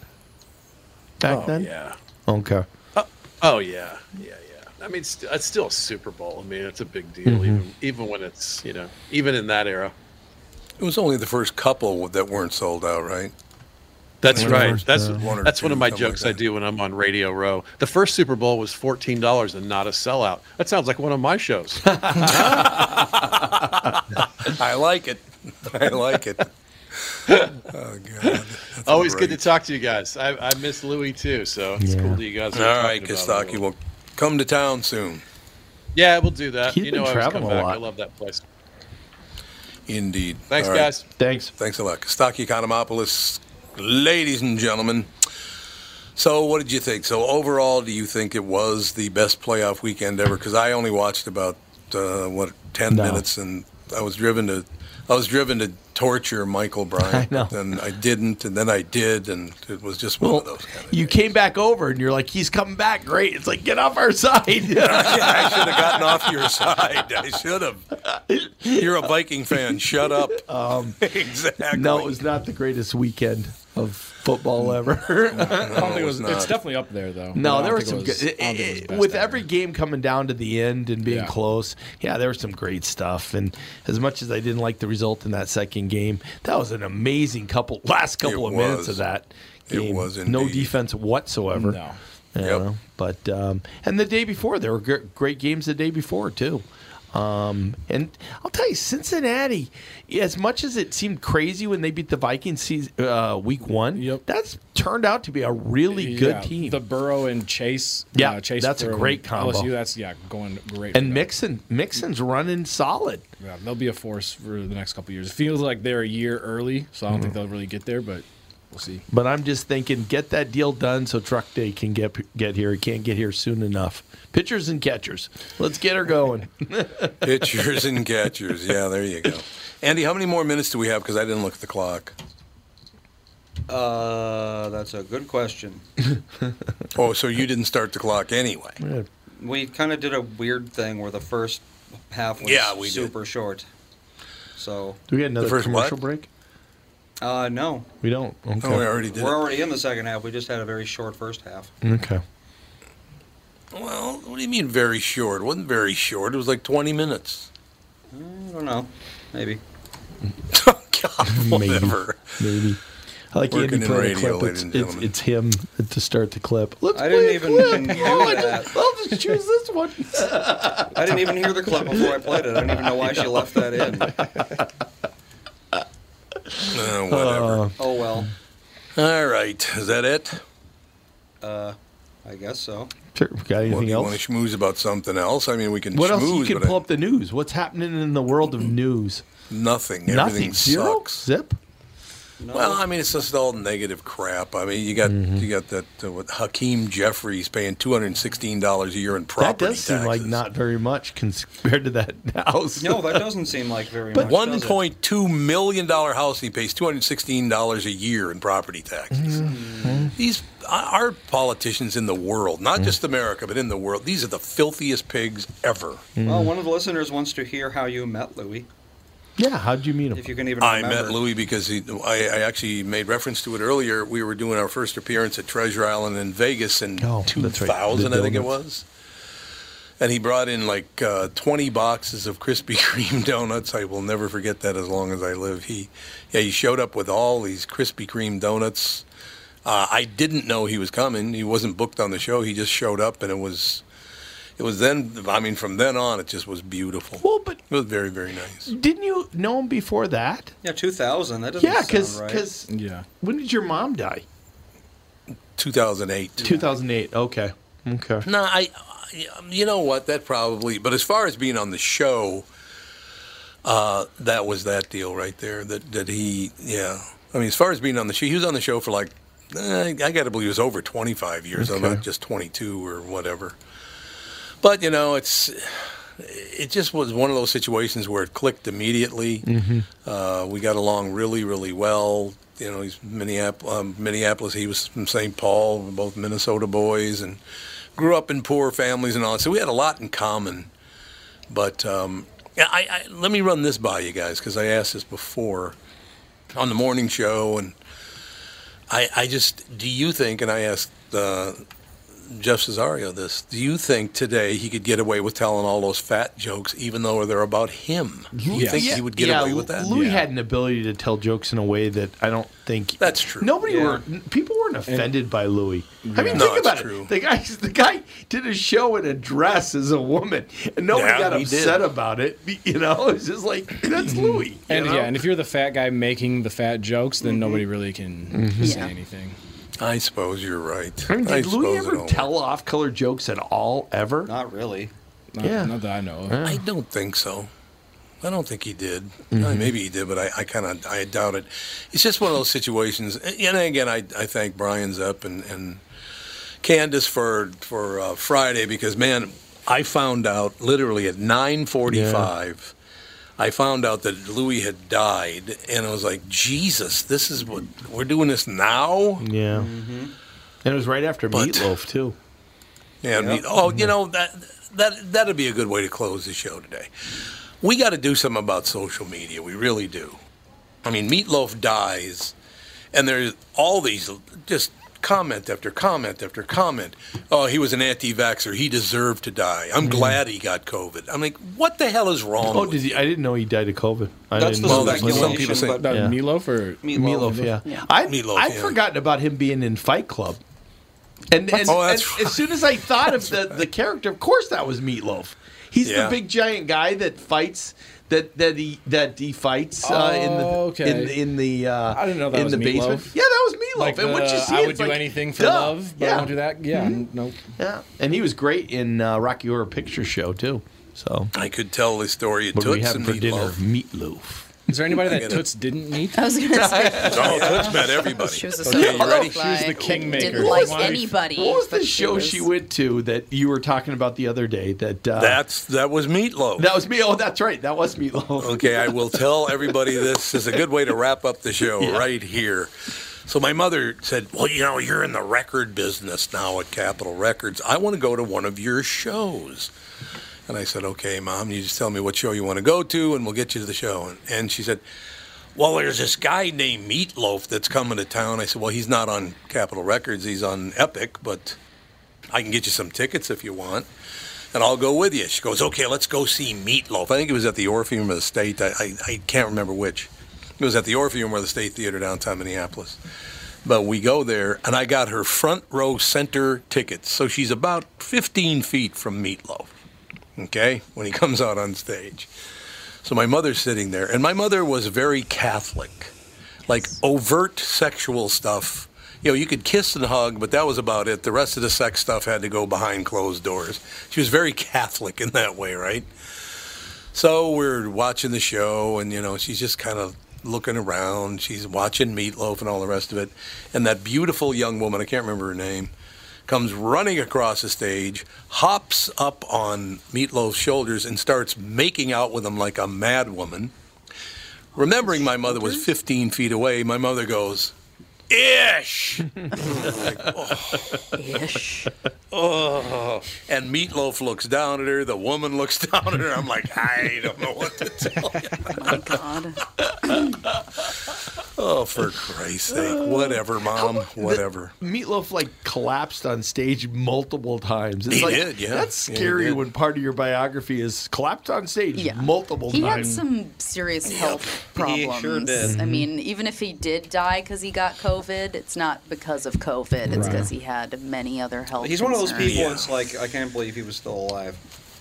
back
Oh,
then?
yeah.
Okay.
Oh, oh, yeah, yeah, yeah. I mean, it's, it's still a Super Bowl. I mean, it's a big deal,
Mhm.
even even when it's you know, even in that era.
It was only the first couple that weren't sold out, right?
That's
One or
right.
two,
That's
uh,
one or
that's one
two,
of my
something like
jokes I do when I'm on Radio Row. The first Super Bowl was fourteen dollars and not a sellout. That sounds like one of my shows.
I like it. I like it. oh God.
Always good to talk to you guys. I, I miss Louis too, so it's cool that you guys. Are
All right,
talking about him.
Kostaki, will come to town soon.
Yeah, we'll do that.
He's
you
been
know, I always
traveling
come
a
back.
lot.
I love that place.
Indeed.
Thanks,
All right.
guys.
Thanks.
Thanks a lot. Kostaki Economopoulos, ladies and gentlemen. So, what did you think? So, overall, do you think it was the best playoff weekend ever? Because I only watched about uh, what ten
No.
minutes, and I was driven to, I was driven to torture Michael Bryant.
know.
And I didn't, and then I did, and it was just one of
Well,
those.
you came back over and you're like, he's coming back. Great. It's like, get off our side. I
should have gotten off your side. I should have. You're a Viking fan. Shut up.
Um,
exactly.
No, it was not the greatest weekend of football ever.
I don't think it was. it's definitely up there though. I
No,
don't
there were
think it
some
was-
good.
I
eh,
don't think it was best
with
ever.
every game coming down to the end and being
Yeah.
close, yeah, there was some great stuff. And as much as I didn't like the result in that second game, that was an amazing couple last couple
It
of minutes of
was.
that.
It
Game.
was
no
indeed.
defense whatsoever.
No.
You
Yep.
know, But um, and the day before, there were gr- great games the day before too. Um, and I'll tell you, Cincinnati, as much as it seemed crazy when they beat the Vikings season, uh, week one, that's turned out to be a really good
Yeah,
team.
The Burrow and Chase.
Yeah,
uh, Chase.
that's a
Burrow
great
and
combo.
LSU. That's yeah, going great.
And Mixon, Mixon's running solid.
Yeah, they'll be a force for the next couple years. It feels like they're a year early, so I don't think
Mhm.
they'll really get there, but we'll see.
But I'm just thinking, get that deal done so Truck Day can get get here. It can't get here soon enough. Pitchers and catchers, let's get her going.
Pitchers and catchers. Yeah, there you go. Andy, how many more minutes do we have? Because I didn't look at the clock.
Uh, that's a good question.
Oh, so you didn't start the clock anyway.
We kind of did a weird thing where the first half was
Yeah, we did.
super short. So
Do we get another commercial break?
Uh, no.
We don't.
Oh,
Okay.
We're already in the second half. We just had a very short first half.
Okay.
Well, what do you mean very short? It wasn't very short. It was like 20 minutes.
Mm, I don't know. Maybe.
Oh, God, whatever.
Maybe. Maybe. I like
Working
Andy
in
playing
radio,
the clip. It's,
ladies
it's,
and
it's him to start the clip. Let's
I
play
didn't
a
even
clip.
do
oh, I
that.
just, I'll just choose this one.
I didn't even hear the clip before I played it. I don't even know why she left that in.
Uh, whatever.
oh well.
All right. Is that it?
Uh, I guess so.
Sure. Got
Well, if
anything
you
else?
want to schmooze about something else? I mean, we can
What
schmooze.
else? You can
but I-
pull up the news. What's happening in the world of news?
nothing.
Nothing.
Everything
Zero.
sucks.
Zip.
Well, I mean, it's just all negative crap. I mean, you got you got that uh, what, Hakeem Jeffries paying two hundred and sixteen dollars a year in
That
property
does seem
tax.
like not very much cons- compared to that house.
No, that doesn't seem like very
But
much.
one
does it?
point two million dollar house, he pays two hundred sixteen dollars a year in property tax.
Mm-hmm.
These our politicians in the world, not just America, but in the world, these are the filthiest pigs ever.
Mm.
Mm.
Well, one of the listeners wants to hear how you met Louis.
Yeah, how'd you meet him?
If you can even
I
remember.
met Louis because he, I, I actually made reference to it earlier. We were doing our first appearance at Treasure Island in Vegas in
Oh, that's right.
2000,
The
I think it
donuts.
was. And he brought in like uh, 20 boxes of Krispy Kreme donuts. I will never forget that as long as I live. He, yeah, he showed up with all these Krispy Kreme donuts. Uh, I didn't know he was coming. He wasn't booked on the show. He just showed up, and it was, it was then. I mean, from then on, it just was beautiful. Well,
but it
was very, very nice.
Didn't you know him before that?
Yeah, 2000. That doesn't
Yeah, because
sound right.
because
yeah.
When did your mom die?
2008.
2008. Okay. Okay.
No, I, I- um, you know what? That probably. But as far as being on the show, uh, that was that deal right there. That that he, yeah. I mean, as far as being on the show, he was on the show for like, eh, I got to believe it was over 25 years,
Okay.
not just 22 or whatever. But you know, it's it just was one of those situations where it clicked immediately.
Mhm.
Uh, we got along really, really well. You know, he's Minneapolis. Um, Minneapolis. He was from St. Paul. We're both Minnesota boys, and grew up in poor families and all. that. So we had a lot in common. But um, yeah, I, I, let me run this by you guys because I asked this before on the morning show, and I, I just do you think? And I asked uh, Jeff Cesario this: Do you think today he could get away with telling all those fat jokes, even though they're about him? Do you think he would get away with that?
Louis had an ability to tell jokes in a way that I don't think
that's true.
Nobody
Yeah.
were people weren't offended by Louis. I mean,
No,
think
it's
about
true.
it. The guy, the guy did a show in a dress as a woman, and nobody
Yeah,
got
he did.
upset about it. You know, it's just like that's Louis. you
Mm-hmm. And
know?
yeah, and if you're the fat guy making the fat jokes, then nobody really can
Mhm.
say
Mm-hmm. Yeah.
anything.
I suppose you're right.
I mean, did Louis ever tell off color jokes at all? Ever? Not really.
Not-
yeah.
not
that I know of.
I don't think so. I don't think he did.
Mhm.
Uh, Maybe he did, but I, I kind of I doubt it. It's just one of those situations. And again, I, I thank Brian's up and and Candace for for uh, Friday because man, I found out literally at nine forty five. I found out that Louis had died, and I was like, Jesus, this is what we're doing this now.
Yeah. And it was right after Meatloaf too.
Yeah. I mean,
Yep. Mm-hmm.
Oh, you know that that that'd be a good way to close the show today. We got to do something about social media. We really do. I mean, Meatloaf dies, and there's all these just comment after comment after comment. Oh, he was an anti-vaxxer. He deserved to die. I'm glad he got COVID. I'm like, what the hell is wrong?
Mm-hmm. Oh, did he, I didn't know he died of COVID. I
That's
didn't
the
know.
speculation, Well, some people say- but-
About
Yeah.
Meatloaf or
Meatloaf, yeah. I, I'd forgotten about him being in Fight Club. And, and,
Oh, that's
and as soon as I thought of the, the character, of course that was Meatloaf. He's
Yeah.
the big giant guy that fights that that he that he fights uh, in the
Oh, okay.
in, in the uh, I didn't know
that
in
was
the basement.
Meatloaf.
Yeah, that was Meatloaf.
Like
and what
the,
you see,
I would
it's
do
like,
anything for
duh.
love, but I won't do that. Yeah,
Mhm.
nope.
Yeah, and he was great in uh, Rocky Horror Picture Show too. So
I could tell the story. It
what do
took
we have
some
for
meatloaf.
dinner? Meatloaf.
Is there anybody
I
that
gotta-
Toots didn't meet?
I was gonna say.
No, Toots met Oh, everybody.
She was a
okay, Oh, you
social
ready?
butterfly.
She was the kingmaker.
Didn't
What
like
was the-
anybody.
What was the
but
show
was-
she went to that you were talking about the other day? That uh,
That's that was meatloaf.
that was me. Oh, that's right. That was meatloaf.
Okay, I will tell everybody this is a good way to wrap up the show
Yeah.
right here. So my mother said, "Well, you know, you're in the record business now at Capitol Records. I want to go to one of your shows." And I said, "Okay, mom, you just tell me what show you want to go to, and we'll get you to the show." And, and she said, "Well, there's this guy named Meatloaf that's coming to town." I said, "Well, he's not on Capitol Records; he's on Epic, but I can get you some tickets if you want." and I'll go with you. She goes, okay, let's go see Meatloaf. I think it was at the Orpheum of the State. I, I, I can't remember which. It was at the Orpheum or the State Theater downtown Minneapolis. But we go there, and I got her front row center tickets. So she's about 15 feet from Meatloaf, okay, when he comes out on stage. So my mother's sitting there, and my mother was very Catholic, like overt sexual stuff. You know, you could kiss and hug, but that was about it. The rest of the sex stuff had to go behind closed doors. She was very Catholic in that way, right? So we're watching the show, and you know, she's just kind of looking around. She's watching Meatloaf and all the rest of it. And that beautiful young woman, I can't remember her name, comes running across the stage, hops up on Meatloaf's shoulders, and starts making out with him like a
Mm-hmm.
mad woman. Remembering my mother was 15 feet away, my mother goes, Ish. Ish. Oh. And Meatloaf looks down at her. The woman looks down at her. I'm like, I don't know what to tell you.
My God.
oh, for Christ's sake. Whatever, Mom. Whatever.
Meatloaf like collapsed on stage multiple times. It's
He
like,
did, yeah.
That's
Yeah, he
scary
did.
when part of your biography is collapsed on stage multiple
He had
times.
some serious health
He
problems.
sure did.
I mean, even if he did die because he got COVID, it's not because of COVID. It's
Right.
because he had many other health.
He's one of those
concerns.
people. It's like I can't believe he was still alive.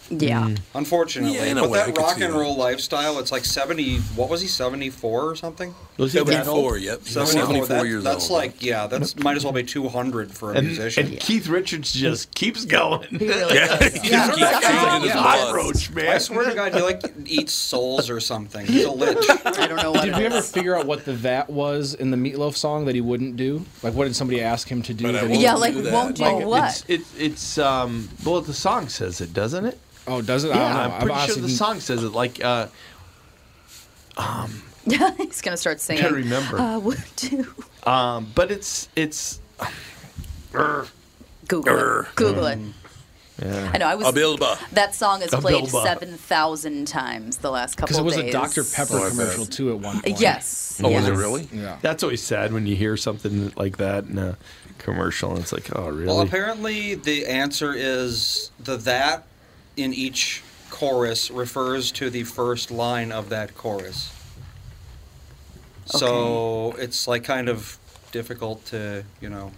Yeah.
Hmm.
Mm.
Unfortunately,
Yeah, in a
but
way, I
that
could
rock
see
and
that.
roll lifestyle. It's like seventy. What was he? Seventy four or something?
Was he that
74, old? yep. He was
74,
74
that-
years
That's
old.
like yeah. That's might as well be two hundred for a
and,
musician.
and Keith Richards just keeps going.
Yeah. Yeah.
Keeps
Yeah.
going.
Yeah.
Hot roach, man.
I swear to God, he like eats souls or something. He's a lich.
I don't know
Did we ever figure out what the that was in the Meatloaf song that he wouldn't do? Like, what did somebody ask him to do?
But I
that he
won't
Yeah, like, do that. won't do what?
It's, it, it's um. Well, the song says it, doesn't it?
Oh, does it? I
Yeah,
don't know. I've
am pretty sure
honestly
the
been-
song says it. Like, uh,
He's gonna start singing.
Can't remember.
I would do.
um, but it's it's. Google
Google it. Google it. I know. I was.
Abilba.
That song is played
Abilba.
seven thousand times the last couple
Because it was
days.
a Dr. Pepper commercial too at one point.
Yes.
Oh,
yes.
Yeah.
That's always sad when you hear something like that in a commercial, and it's like, oh, really?
Well, apparently the answer is the that in each chorus refers to the first line of that chorus. So it's like kind of difficult to, you know.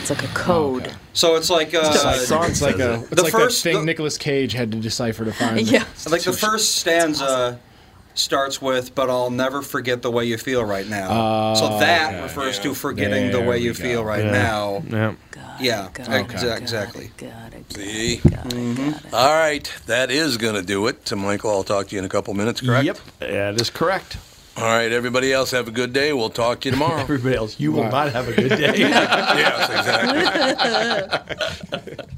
It's like a code.
So it's like uh,
it's like, it's like a, it's
the
like
first
that thing Nicolas Cage had to decipher to find.
yeah. Like the first stanza starts with, but I'll never forget the way you feel right now. so
Oh,
that
okay.
refers to forgetting the
There
way
we
you
go.
feel right
Yeah.
now.
Yeah.
yeah,
got
exa-
it,
exactly. Mm-hmm.
See? All right. That is going to do it. To Michael, I'll talk to you in a couple minutes, correct? Yep.
That is correct.
All right. Everybody else, have a good day. We'll talk to you tomorrow.
Everybody else, you will not have a good day.
yes, exactly.